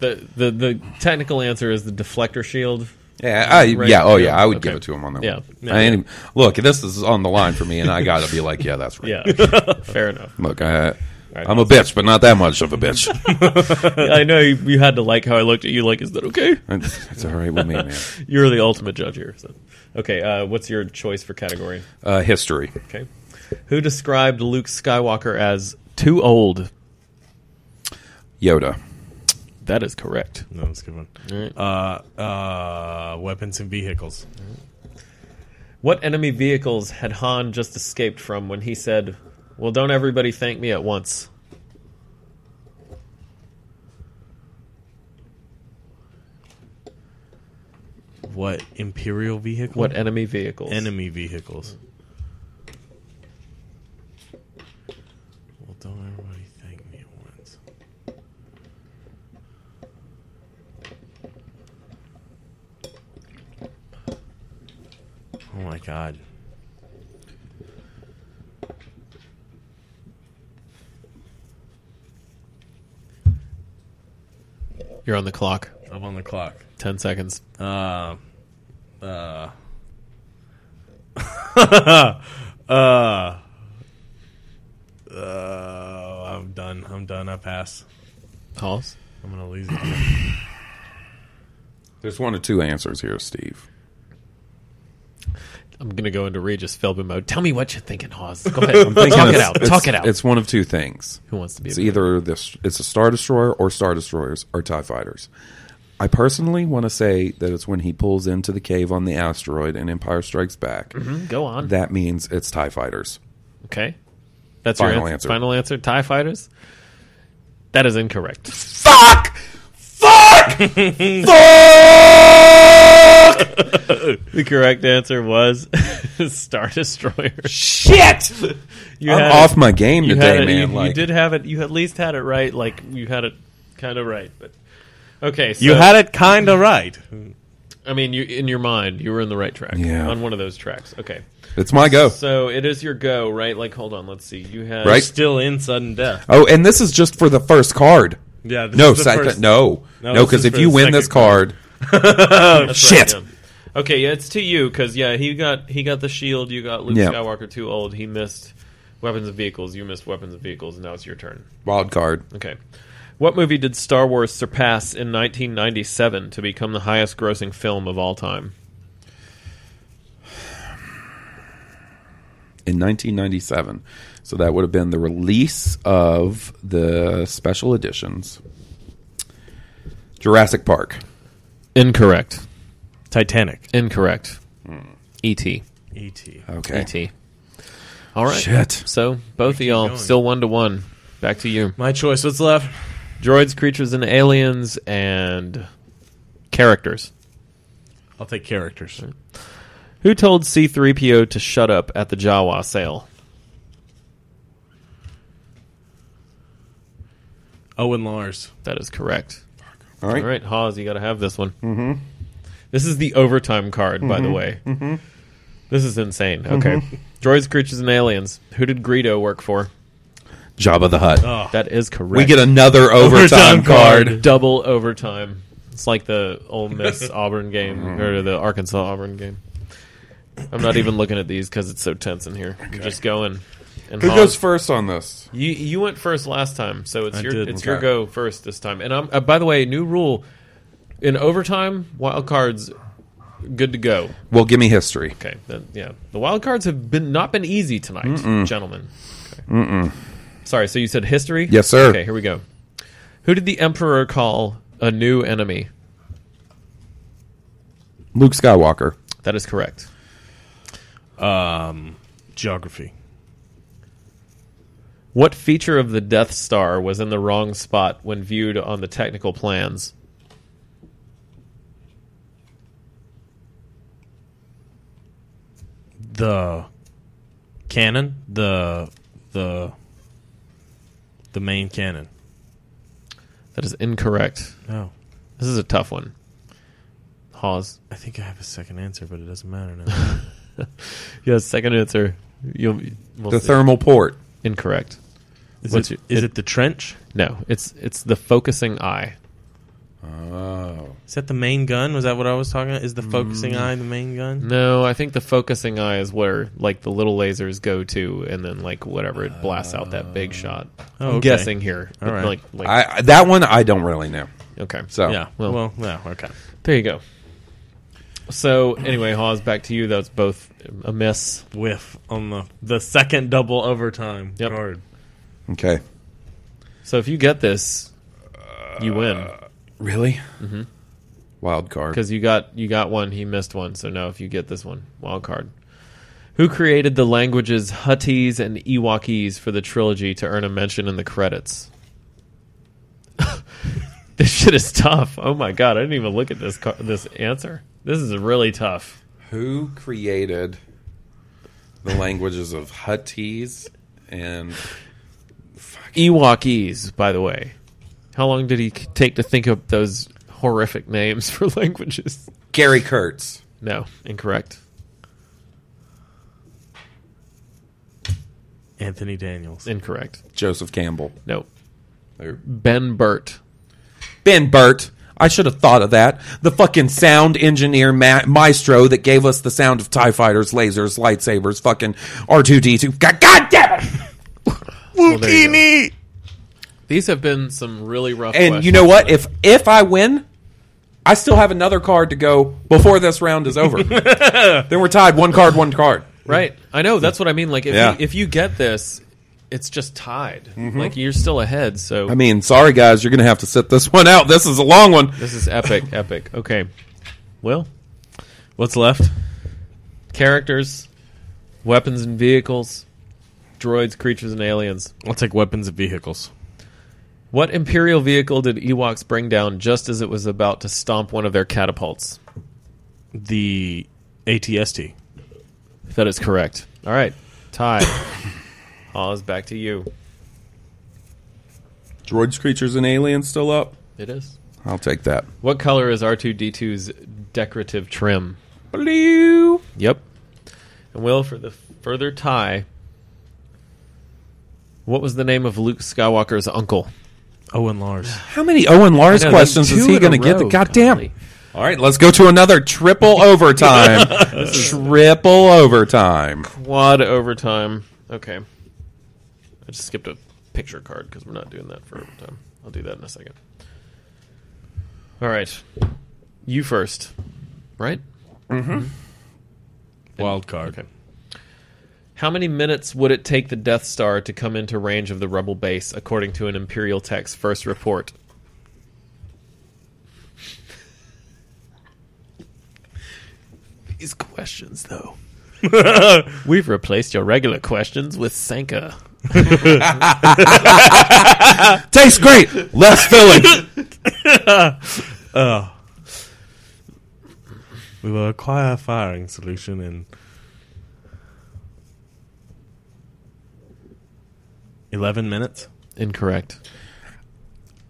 The the, the technical answer is the deflector shield. Yeah, I, Right? yeah, oh yeah, I would give Okay. it to him on that. Yeah. one. I ain't even, look, this is on the line for me, [LAUGHS] and I gotta be like, yeah, that's right. Yeah. [LAUGHS] Fair enough. Look, I, right, I'm a bitch, but not that much of a bitch. [LAUGHS] [LAUGHS] I know you, you had to like how I looked at you. Like, is that okay? It's- it's all right with me, man. You're the ultimate judge here. So. Okay, uh, what's your choice for category? Uh, history. Okay, who described Luke Skywalker as too old? Yoda. That is correct. No, that's a good one. Uh, uh, weapons and vehicles. What enemy vehicles had Han just escaped from when he said, "Well, don't everybody thank me at once"? What imperial vehicle? What enemy vehicles? Enemy vehicles. Well, don't everybody thank me at once. Oh my god. You're on the clock. I'm on the clock. Ten seconds. Uh, uh, uh, uh, I'm done. I'm done. I pass. Pause. I'm gonna [LAUGHS] lose it. There's one or two answers here, Steve. I'm gonna go into Regis Philbin mode. Tell me what you're thinking, Hawes. Go [LAUGHS] ahead. Talk it it's- out. it's- Talk it out. It's one of two things. Who wants to be It's a either this. It's a star destroyer or star destroyers or tie fighters. I personally want to say that it's when he pulls into the cave on the asteroid and Empire Strikes Back. Mhm, go on. That means it's tie fighters. Okay. That's Final your answer. Final answer. Tie fighters. That is incorrect. [LAUGHS] Fuck. Fuck. Fuck. the correct answer was [LAUGHS] Star Destroyer. [LAUGHS] Shit. I'm off my game today, man, You, like- did have it. You at least had it right. Like you had it kind of right, but okay. So You had it kind of right. I mean, you in your mind, you were in the right track. Yeah. On one of those tracks. Okay. It's my go. So it is your go, right? Like, hold on, let's see. You had Right. Still in sudden death. Oh, and this is just for the first card. Yeah, this no, is the second. first- No, No, no, because this is if for you the win this second card, card. That's right, shit. yeah. Okay, yeah, it's to you because yeah, he got he got the shield. You got Luke Yeah. Skywalker too old. He missed weapons and vehicles. You missed weapons and vehicles. and Now it's your turn. Wild card. Okay, What movie did Star Wars surpass in 1997 to become the highest grossing film of all time? in 1997. So that would have been the release of the special editions. Jurassic Park. Incorrect. Titanic. Incorrect. E E.T. E.T. Okay. E.T. E All right. Shit. So both of y'all going. still one to one. Back to you. My choice. What's left? Droids, creatures, and aliens, and characters. I'll take characters. Who told C3PO to shut up at the Jawa sale? Owen Lars. That is correct. All right. All right, Hawes, you got to have this one. Mm-hmm. This is the overtime card, by the Mhm, way. mhm. This is insane. Okay. Mhm. Droids, creatures, and aliens. Who did Greedo work for? Jabba the Hutt. Oh. That is correct. We get another overtime, card. Double overtime. It's like the [LAUGHS] Ole Miss Auburn Mm-hmm. game or the Arkansas Auburn game. I'm not even looking at these because it's so tense in here. I'm just going. And Who Hawes- goes first on this? You you went first last time, so it's I your did. it's Okay. your go first this time. And I'm uh, by the way, new rule in overtime, wild cards good to go. Well, give me history. Okay, then yeah, the wild cards have been not been easy tonight, Mm-mm. gentlemen. Mm-mm. Sorry, so you said history? Yes, sir. Okay, here we go. Who did the emperor call a new enemy? Luke Skywalker. That is correct. Um, geography. What feature of the Death Star was in the wrong spot when viewed on the technical plans? The cannon. The the the main cannon. That is incorrect. No. This is a tough one. Hawes. I think I have a second answer, but it doesn't matter now. Yes, second answer. You'll, we'll The see. thermal port. Incorrect. Is What's it- [LAUGHS] your- is it the trench? No, it's it's the focusing eye. Oh. Is that the main gun? Was that what I was talking about? Is the focusing eye the main gun? No, I think the focusing eye is where like the little lasers go to, and then like whatever it blasts out that big shot. Oh, I'm okay. guessing here. All right. Like, like I, that one I don't really know. okay, So yeah. Well, yeah. Okay. there you go. So anyway, Hawes, back to you. That's both a miss. Whiff on the the second double overtime Yep. card. okay. So if you get this, you win Really? Mhm. Wild card. because you got you got one. He missed one. So now if you get this one, wild card. Who created the languages Huttese and Ewokese for the trilogy to earn a mention in the credits? [LAUGHS] this shit is tough. Oh my god, I didn't even look at this car- this answer. This is really tough. Who created the languages of Huttese and Ewokese, by the way. How long did he k- take to think of those horrific names [LAUGHS] for languages? Gary Kurtz? No, incorrect. Anthony Daniels. Incorrect. Joseph Campbell. No. Who? Ben Burt. Ben Burt. I should have thought of that. The fucking sound engineer ma- maestro that gave us the sound of TIE fighters, lasers, lightsabers, fucking R2D2. God, God damn it! Well, there you go. These have been some really rough And questions. you know what? If if I win, I still have another card to go before this round is [LAUGHS] over. then we're tied one card, one card. Right. I know. That's what I mean. Like, if, Yeah. Mm-hmm. you, if you get this, it's just tied. Like, you're still ahead. So, I mean, sorry guys, you're going to have to sit this [LAUGHS] one out. This is a long one. this is epic, [LAUGHS] epic. Okay. Well, What's left? characters, weapons and vehicles, droids, creatures, and aliens. I'll take weapons and vehicles. What Imperial vehicle did Ewoks bring down just as it was about to stomp one of their catapults? The ATST. That is correct. All right. Tie. [LAUGHS] Oz, back to you. Droids, creatures, and aliens still up. It is. I'll take that. What color is R2D2's decorative trim? Blue. Yep. And Will, for the further tie, what was the name of Luke Skywalker's uncle? Owen Lars. How many Owen Lars I know, questions there's is two he in a going to get? row, God damn. golly. All right, let's go to another [LAUGHS] triple overtime. triple overtime. Quad overtime. Okay. I just skipped a picture card because we're not doing that for overtime. I'll do that in a second. All right, you first, right? Mm-hmm. Wild card. Okay. How many minutes would it take the Death Star to come into range of the Rebel base, according to an Imperial tech's first report? These questions, though. [LAUGHS] We've replaced your regular questions with Sanka. Tastes great. Less filling. oh. We will acquire a firing solution in eleven minutes. [LAUGHS] Incorrect.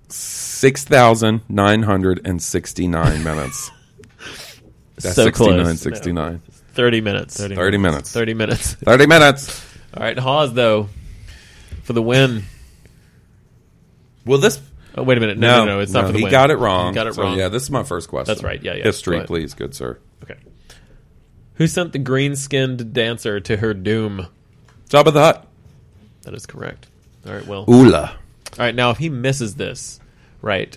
6,969 [LAUGHS] minutes. That's So 69, close. 69. No. 30 minutes. 30, minutes. [LAUGHS] 30 minutes. 30 minutes. All right, Hawes, though, for the win. Well, this. Oh, wait a minute. No, no, no. it's not for the he win. got it wrong. He got it So, wrong. yeah, this is my first question. That's right. Yeah, yeah. History, Go ahead. please, good sir. Okay. Who sent the green skinned dancer to her doom? Job of the Hut. That is correct. All right, well. Oola. All right, now if he misses this, right,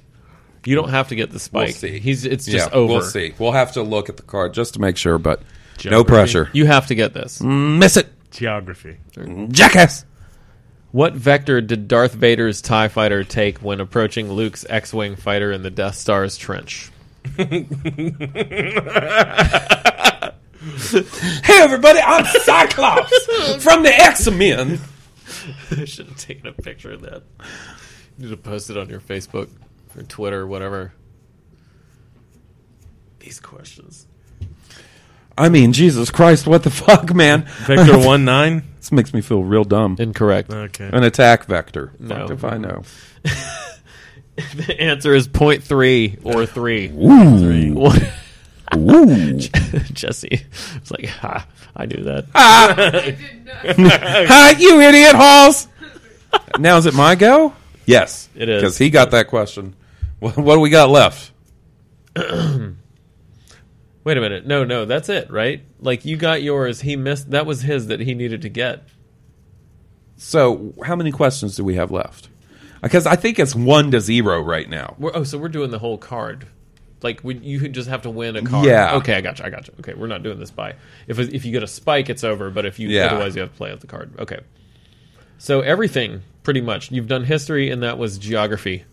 you don't have to get the spike. We'll see. He's It's just Yeah, over. We'll see. We'll have to look at the card just to make sure, but no Geography. pressure. You have to get this. Miss it. Geography. Jackass. What vector did Darth Vader's TIE fighter take when approaching Luke's X Wing fighter in the Death Star's [LAUGHS] trench? Hey everybody, I'm Cyclops from the X Men. I should have taken a picture of that. You need to post it on your Facebook or Twitter, whatever. These questions. I mean, Jesus Christ, what the [LAUGHS] fuck, man? [LAUGHS] Vector 1-9? This makes me feel real dumb. Incorrect. Okay. An attack vector. No. Fuck if I know. The answer is point three or three. Ooh. Three. One- Ooh. [LAUGHS] Jesse. It's like, ha, I knew that. [LAUGHS] Ah. Hi, you idiot, Halls. now is it my go? Yes, It is. because he got that question. What, what do we got left? Wait a minute. No, no, that's it, right? Like you got yours, he missed that was his that he needed to get. So, how many questions do we have left? Because I think it's one to zero right now. We're, oh, so we're doing the whole card. Like we, you could just have to win a card. Yeah. Okay, I got you. I got you. Okay, we're not doing this by. If if you get a spike, it's over. But if you Yeah. otherwise, you have to play out the card. Okay. So everything, pretty much, you've done history, and that was geography.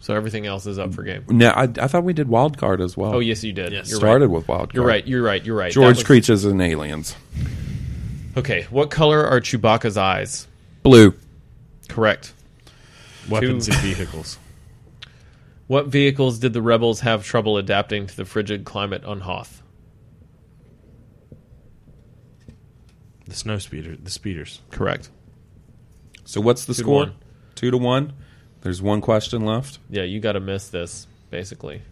So everything else is up for game. No, I, I thought we did wild card as well. Oh, yes, you did. Yes. You're started right. with wild card. You're right, you're right, you're right. That George was- Creatures and Aliens. Okay, what color are Chewbacca's eyes? Blue. Correct. Weapons Two- and vehicles. What vehicles did the rebels have trouble adapting to the frigid climate on Hoth? The snow speeder, the speeders. Correct. So what's the Two to score? one. Two to one. There's one question left. Yeah, you got to miss this basically,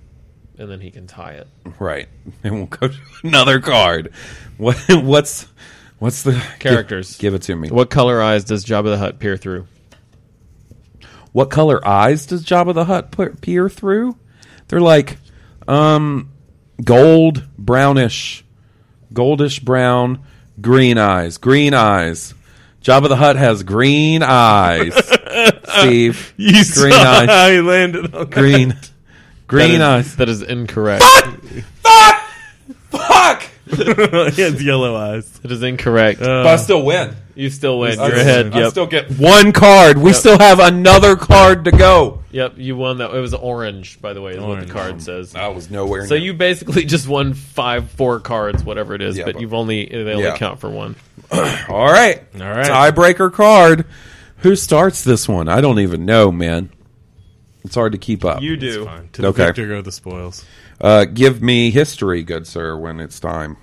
and then he can tie it. Right, [LAUGHS] and we'll go to another card. What? [LAUGHS] What's? What's the Characters. Give, give it to me. What color eyes does Jabba the Hutt peer through? What color eyes does Jabba the Hutt put, peer through? They're like um, gold, brownish, goldish brown, green eyes, green eyes. Jabba the Hutt has green [LAUGHS] eyes. Steve, [LAUGHS] You green saw eyes, how he landed on green, that. green That is- eyes. That is incorrect. he has yellow [LAUGHS] eyes. That is incorrect. But I still win. Uh, you still win. I You're still- ahead. I Yep. still get one card. We Yep. still have another card to go. Yep. You won that. It was orange, by the way, is what Orange. the card says. I was nowhere. So near. you basically [LAUGHS] just won five, four cards, whatever it is. Yeah, but, but- you've only they only Yeah. count for one. All right. All right. Tiebreaker card. Who starts this one? I don't even know, man. It's hard to keep up. You do. To the Okay. victor go the spoils. Uh, give me history, good sir, when it's time.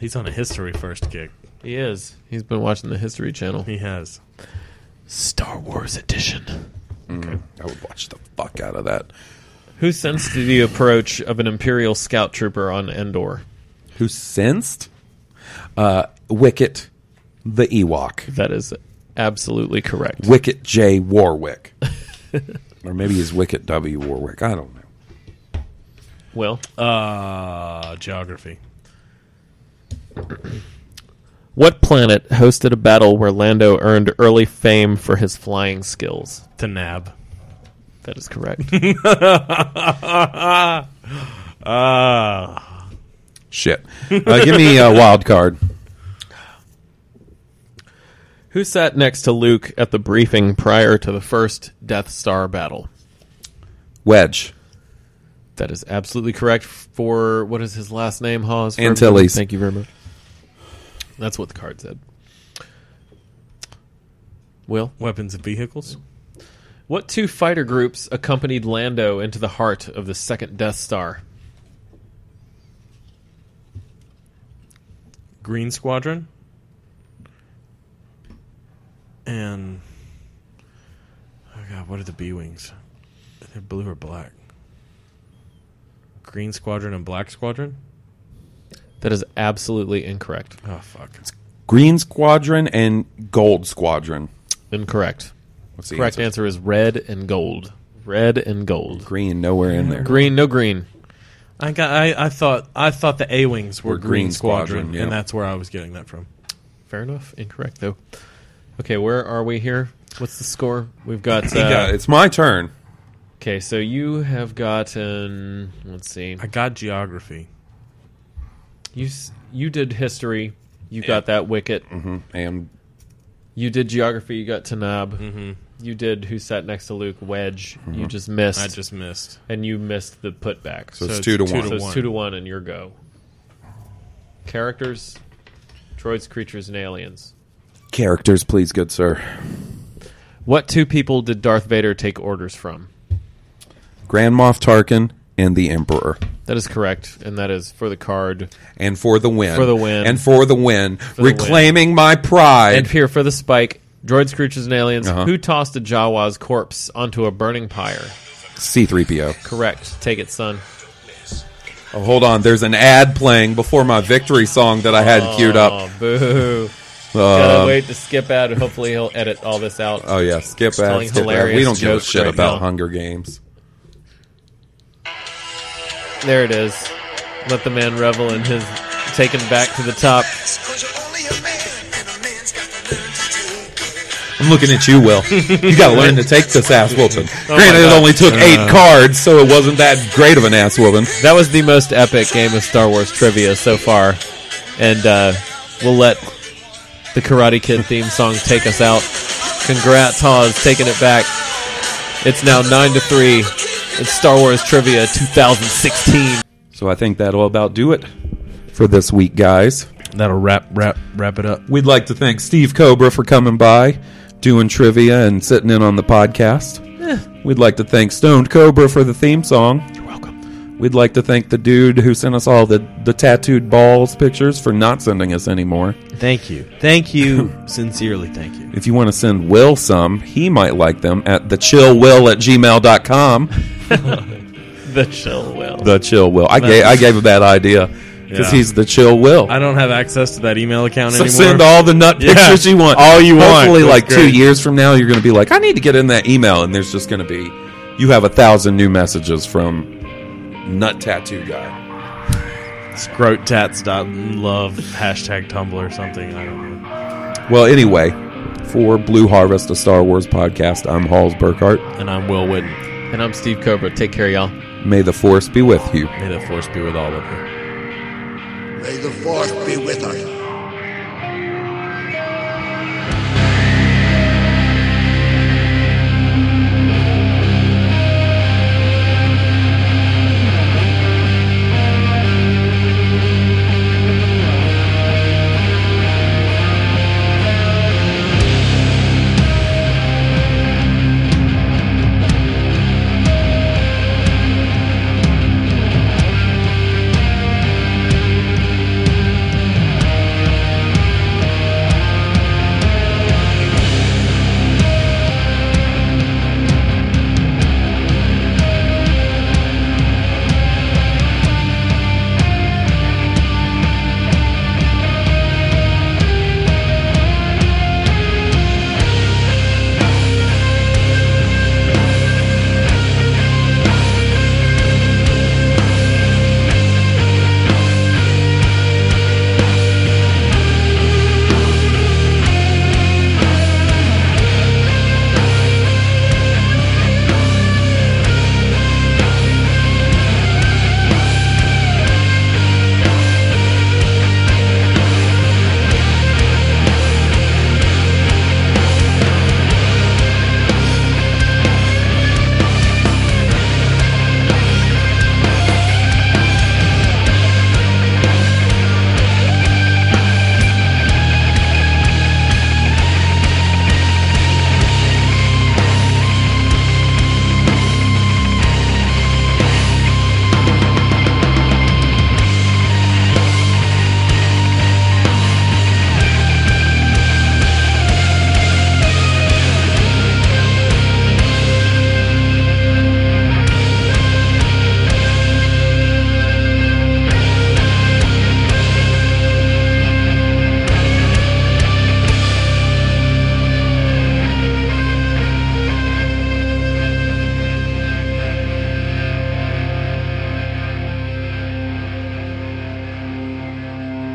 He's on a history first kick. He is. He's been watching the History Channel. He has. Star Wars edition. I would watch the fuck out of that. Who sensed the approach of an Imperial scout trooper on Endor? Who sensed? Uh, Wicket the Ewok. That is absolutely correct. Wicket J. [LAUGHS] Warwick. or maybe he's Wicket W. Warwick. I don't know. Well, Uh, geography. what planet hosted a battle where Lando earned early fame for his flying skills? To nab. That is [LAUGHS] correct. Ah. Shit. Uh, give me [LAUGHS] a wild card. Who sat next to Luke at the briefing prior to the first Death Star battle? Wedge. That is absolutely correct for what is his last name, Hawes? For Antilles. Thank you very much. That's what the card said. Will? Weapons and vehicles? What two fighter groups accompanied Lando into the heart of the second Death Star? Green Squadron and oh god, what are the B wings? They're blue or black. Green Squadron and Black Squadron. That is absolutely incorrect. Oh fuck. Green Squadron and Gold Squadron. Incorrect. What's the correct answer? answer? is red and gold. Red and gold. Green nowhere in there. Green, no green. I got. I, I thought. I thought the A wings were, Were Green, Green Squadron, Squadron, yeah. and that's where I was getting that from. Fair enough. Incorrect though. Okay, where are we here? What's the score? We've got. Uh, yeah, it's my turn. Okay, so you have gotten. Let's see. I got geography. You s- you did history. You got that wicket. Mm-hmm. And You did geography. You got Tanab. Mm-hmm. You did who sat next to Luke Wedge. You Mhm. just missed. I just missed. And you missed the putback. So it's So it's two to two one. to So it's one. two to one, and your go. Characters, droids, creatures, and aliens. characters, please, good sir. What two people did Darth Vader take orders from? Grand Moff Tarkin and the Emperor. That is correct, and that is for the card. And for the win. For the win. And for the win. the win. reclaiming my pride. And here for the spike, droids, creatures, and aliens. Uh-huh. Who tossed a Jawa's corpse onto a burning pyre? C3PO. Correct. Take it, son. Oh, hold on. There's an ad playing before my victory song that I had queued Oh, up. boo. Um, Oh. Gotta wait to skip out. Hopefully, he'll edit all this out. Oh, yeah. Skip Just ad. telling Skip ad. hilarious We don't give a jokes shit right about now. Hunger Games. There it is. Let the man revel in his taken back to the top. I'm looking at you, [LAUGHS] Will. You got to learn to take this ass whooping. Oh my Granted, it God. only took eight Uh. cards, so it wasn't that great of an ass whooping. That was the most epic game of Star Wars trivia so far, and uh, we'll let the Karate Kid theme song take us out. Congrats, Hawes, taking it back. It's now nine to three. It's Star Wars Trivia 2016. So I think that'll about do it for this week, guys. That'll wrap wrap wrap it up. We'd like to thank Steve Cobra for coming by, doing trivia, and sitting in on the podcast. Eh. We'd like to thank Stoned Cobra for the theme song. You're welcome. We'd like to thank the dude who sent us all the, the tattooed balls pictures for not sending us anymore. Thank you. Thank you. [LAUGHS] Sincerely, thank you. If you want to send Will some, he might like them at thechillwill at [LAUGHS] gmail.com. The chill will. The Chill Will. I, gave, I gave a bad idea because Yeah. he's the Chill Will. I don't have access to that email account So anymore. send all the nut Yeah. pictures you want. All you want. Hopefully, That's like two great. years from now, you're going to be like, I need to get in that email, and there's just going to be, you have a thousand new messages from nut tattoo guy. Scrotats.love hashtag Tumblr or something. I don't know. Well, anyway, for Blue Harvest, a Star Wars podcast, I'm Halls Burkhart. And I'm Will Whitten. And I'm Steve Cobra. Take care, y'all. May the force be with you. May the force be with all of you. May the force be with us.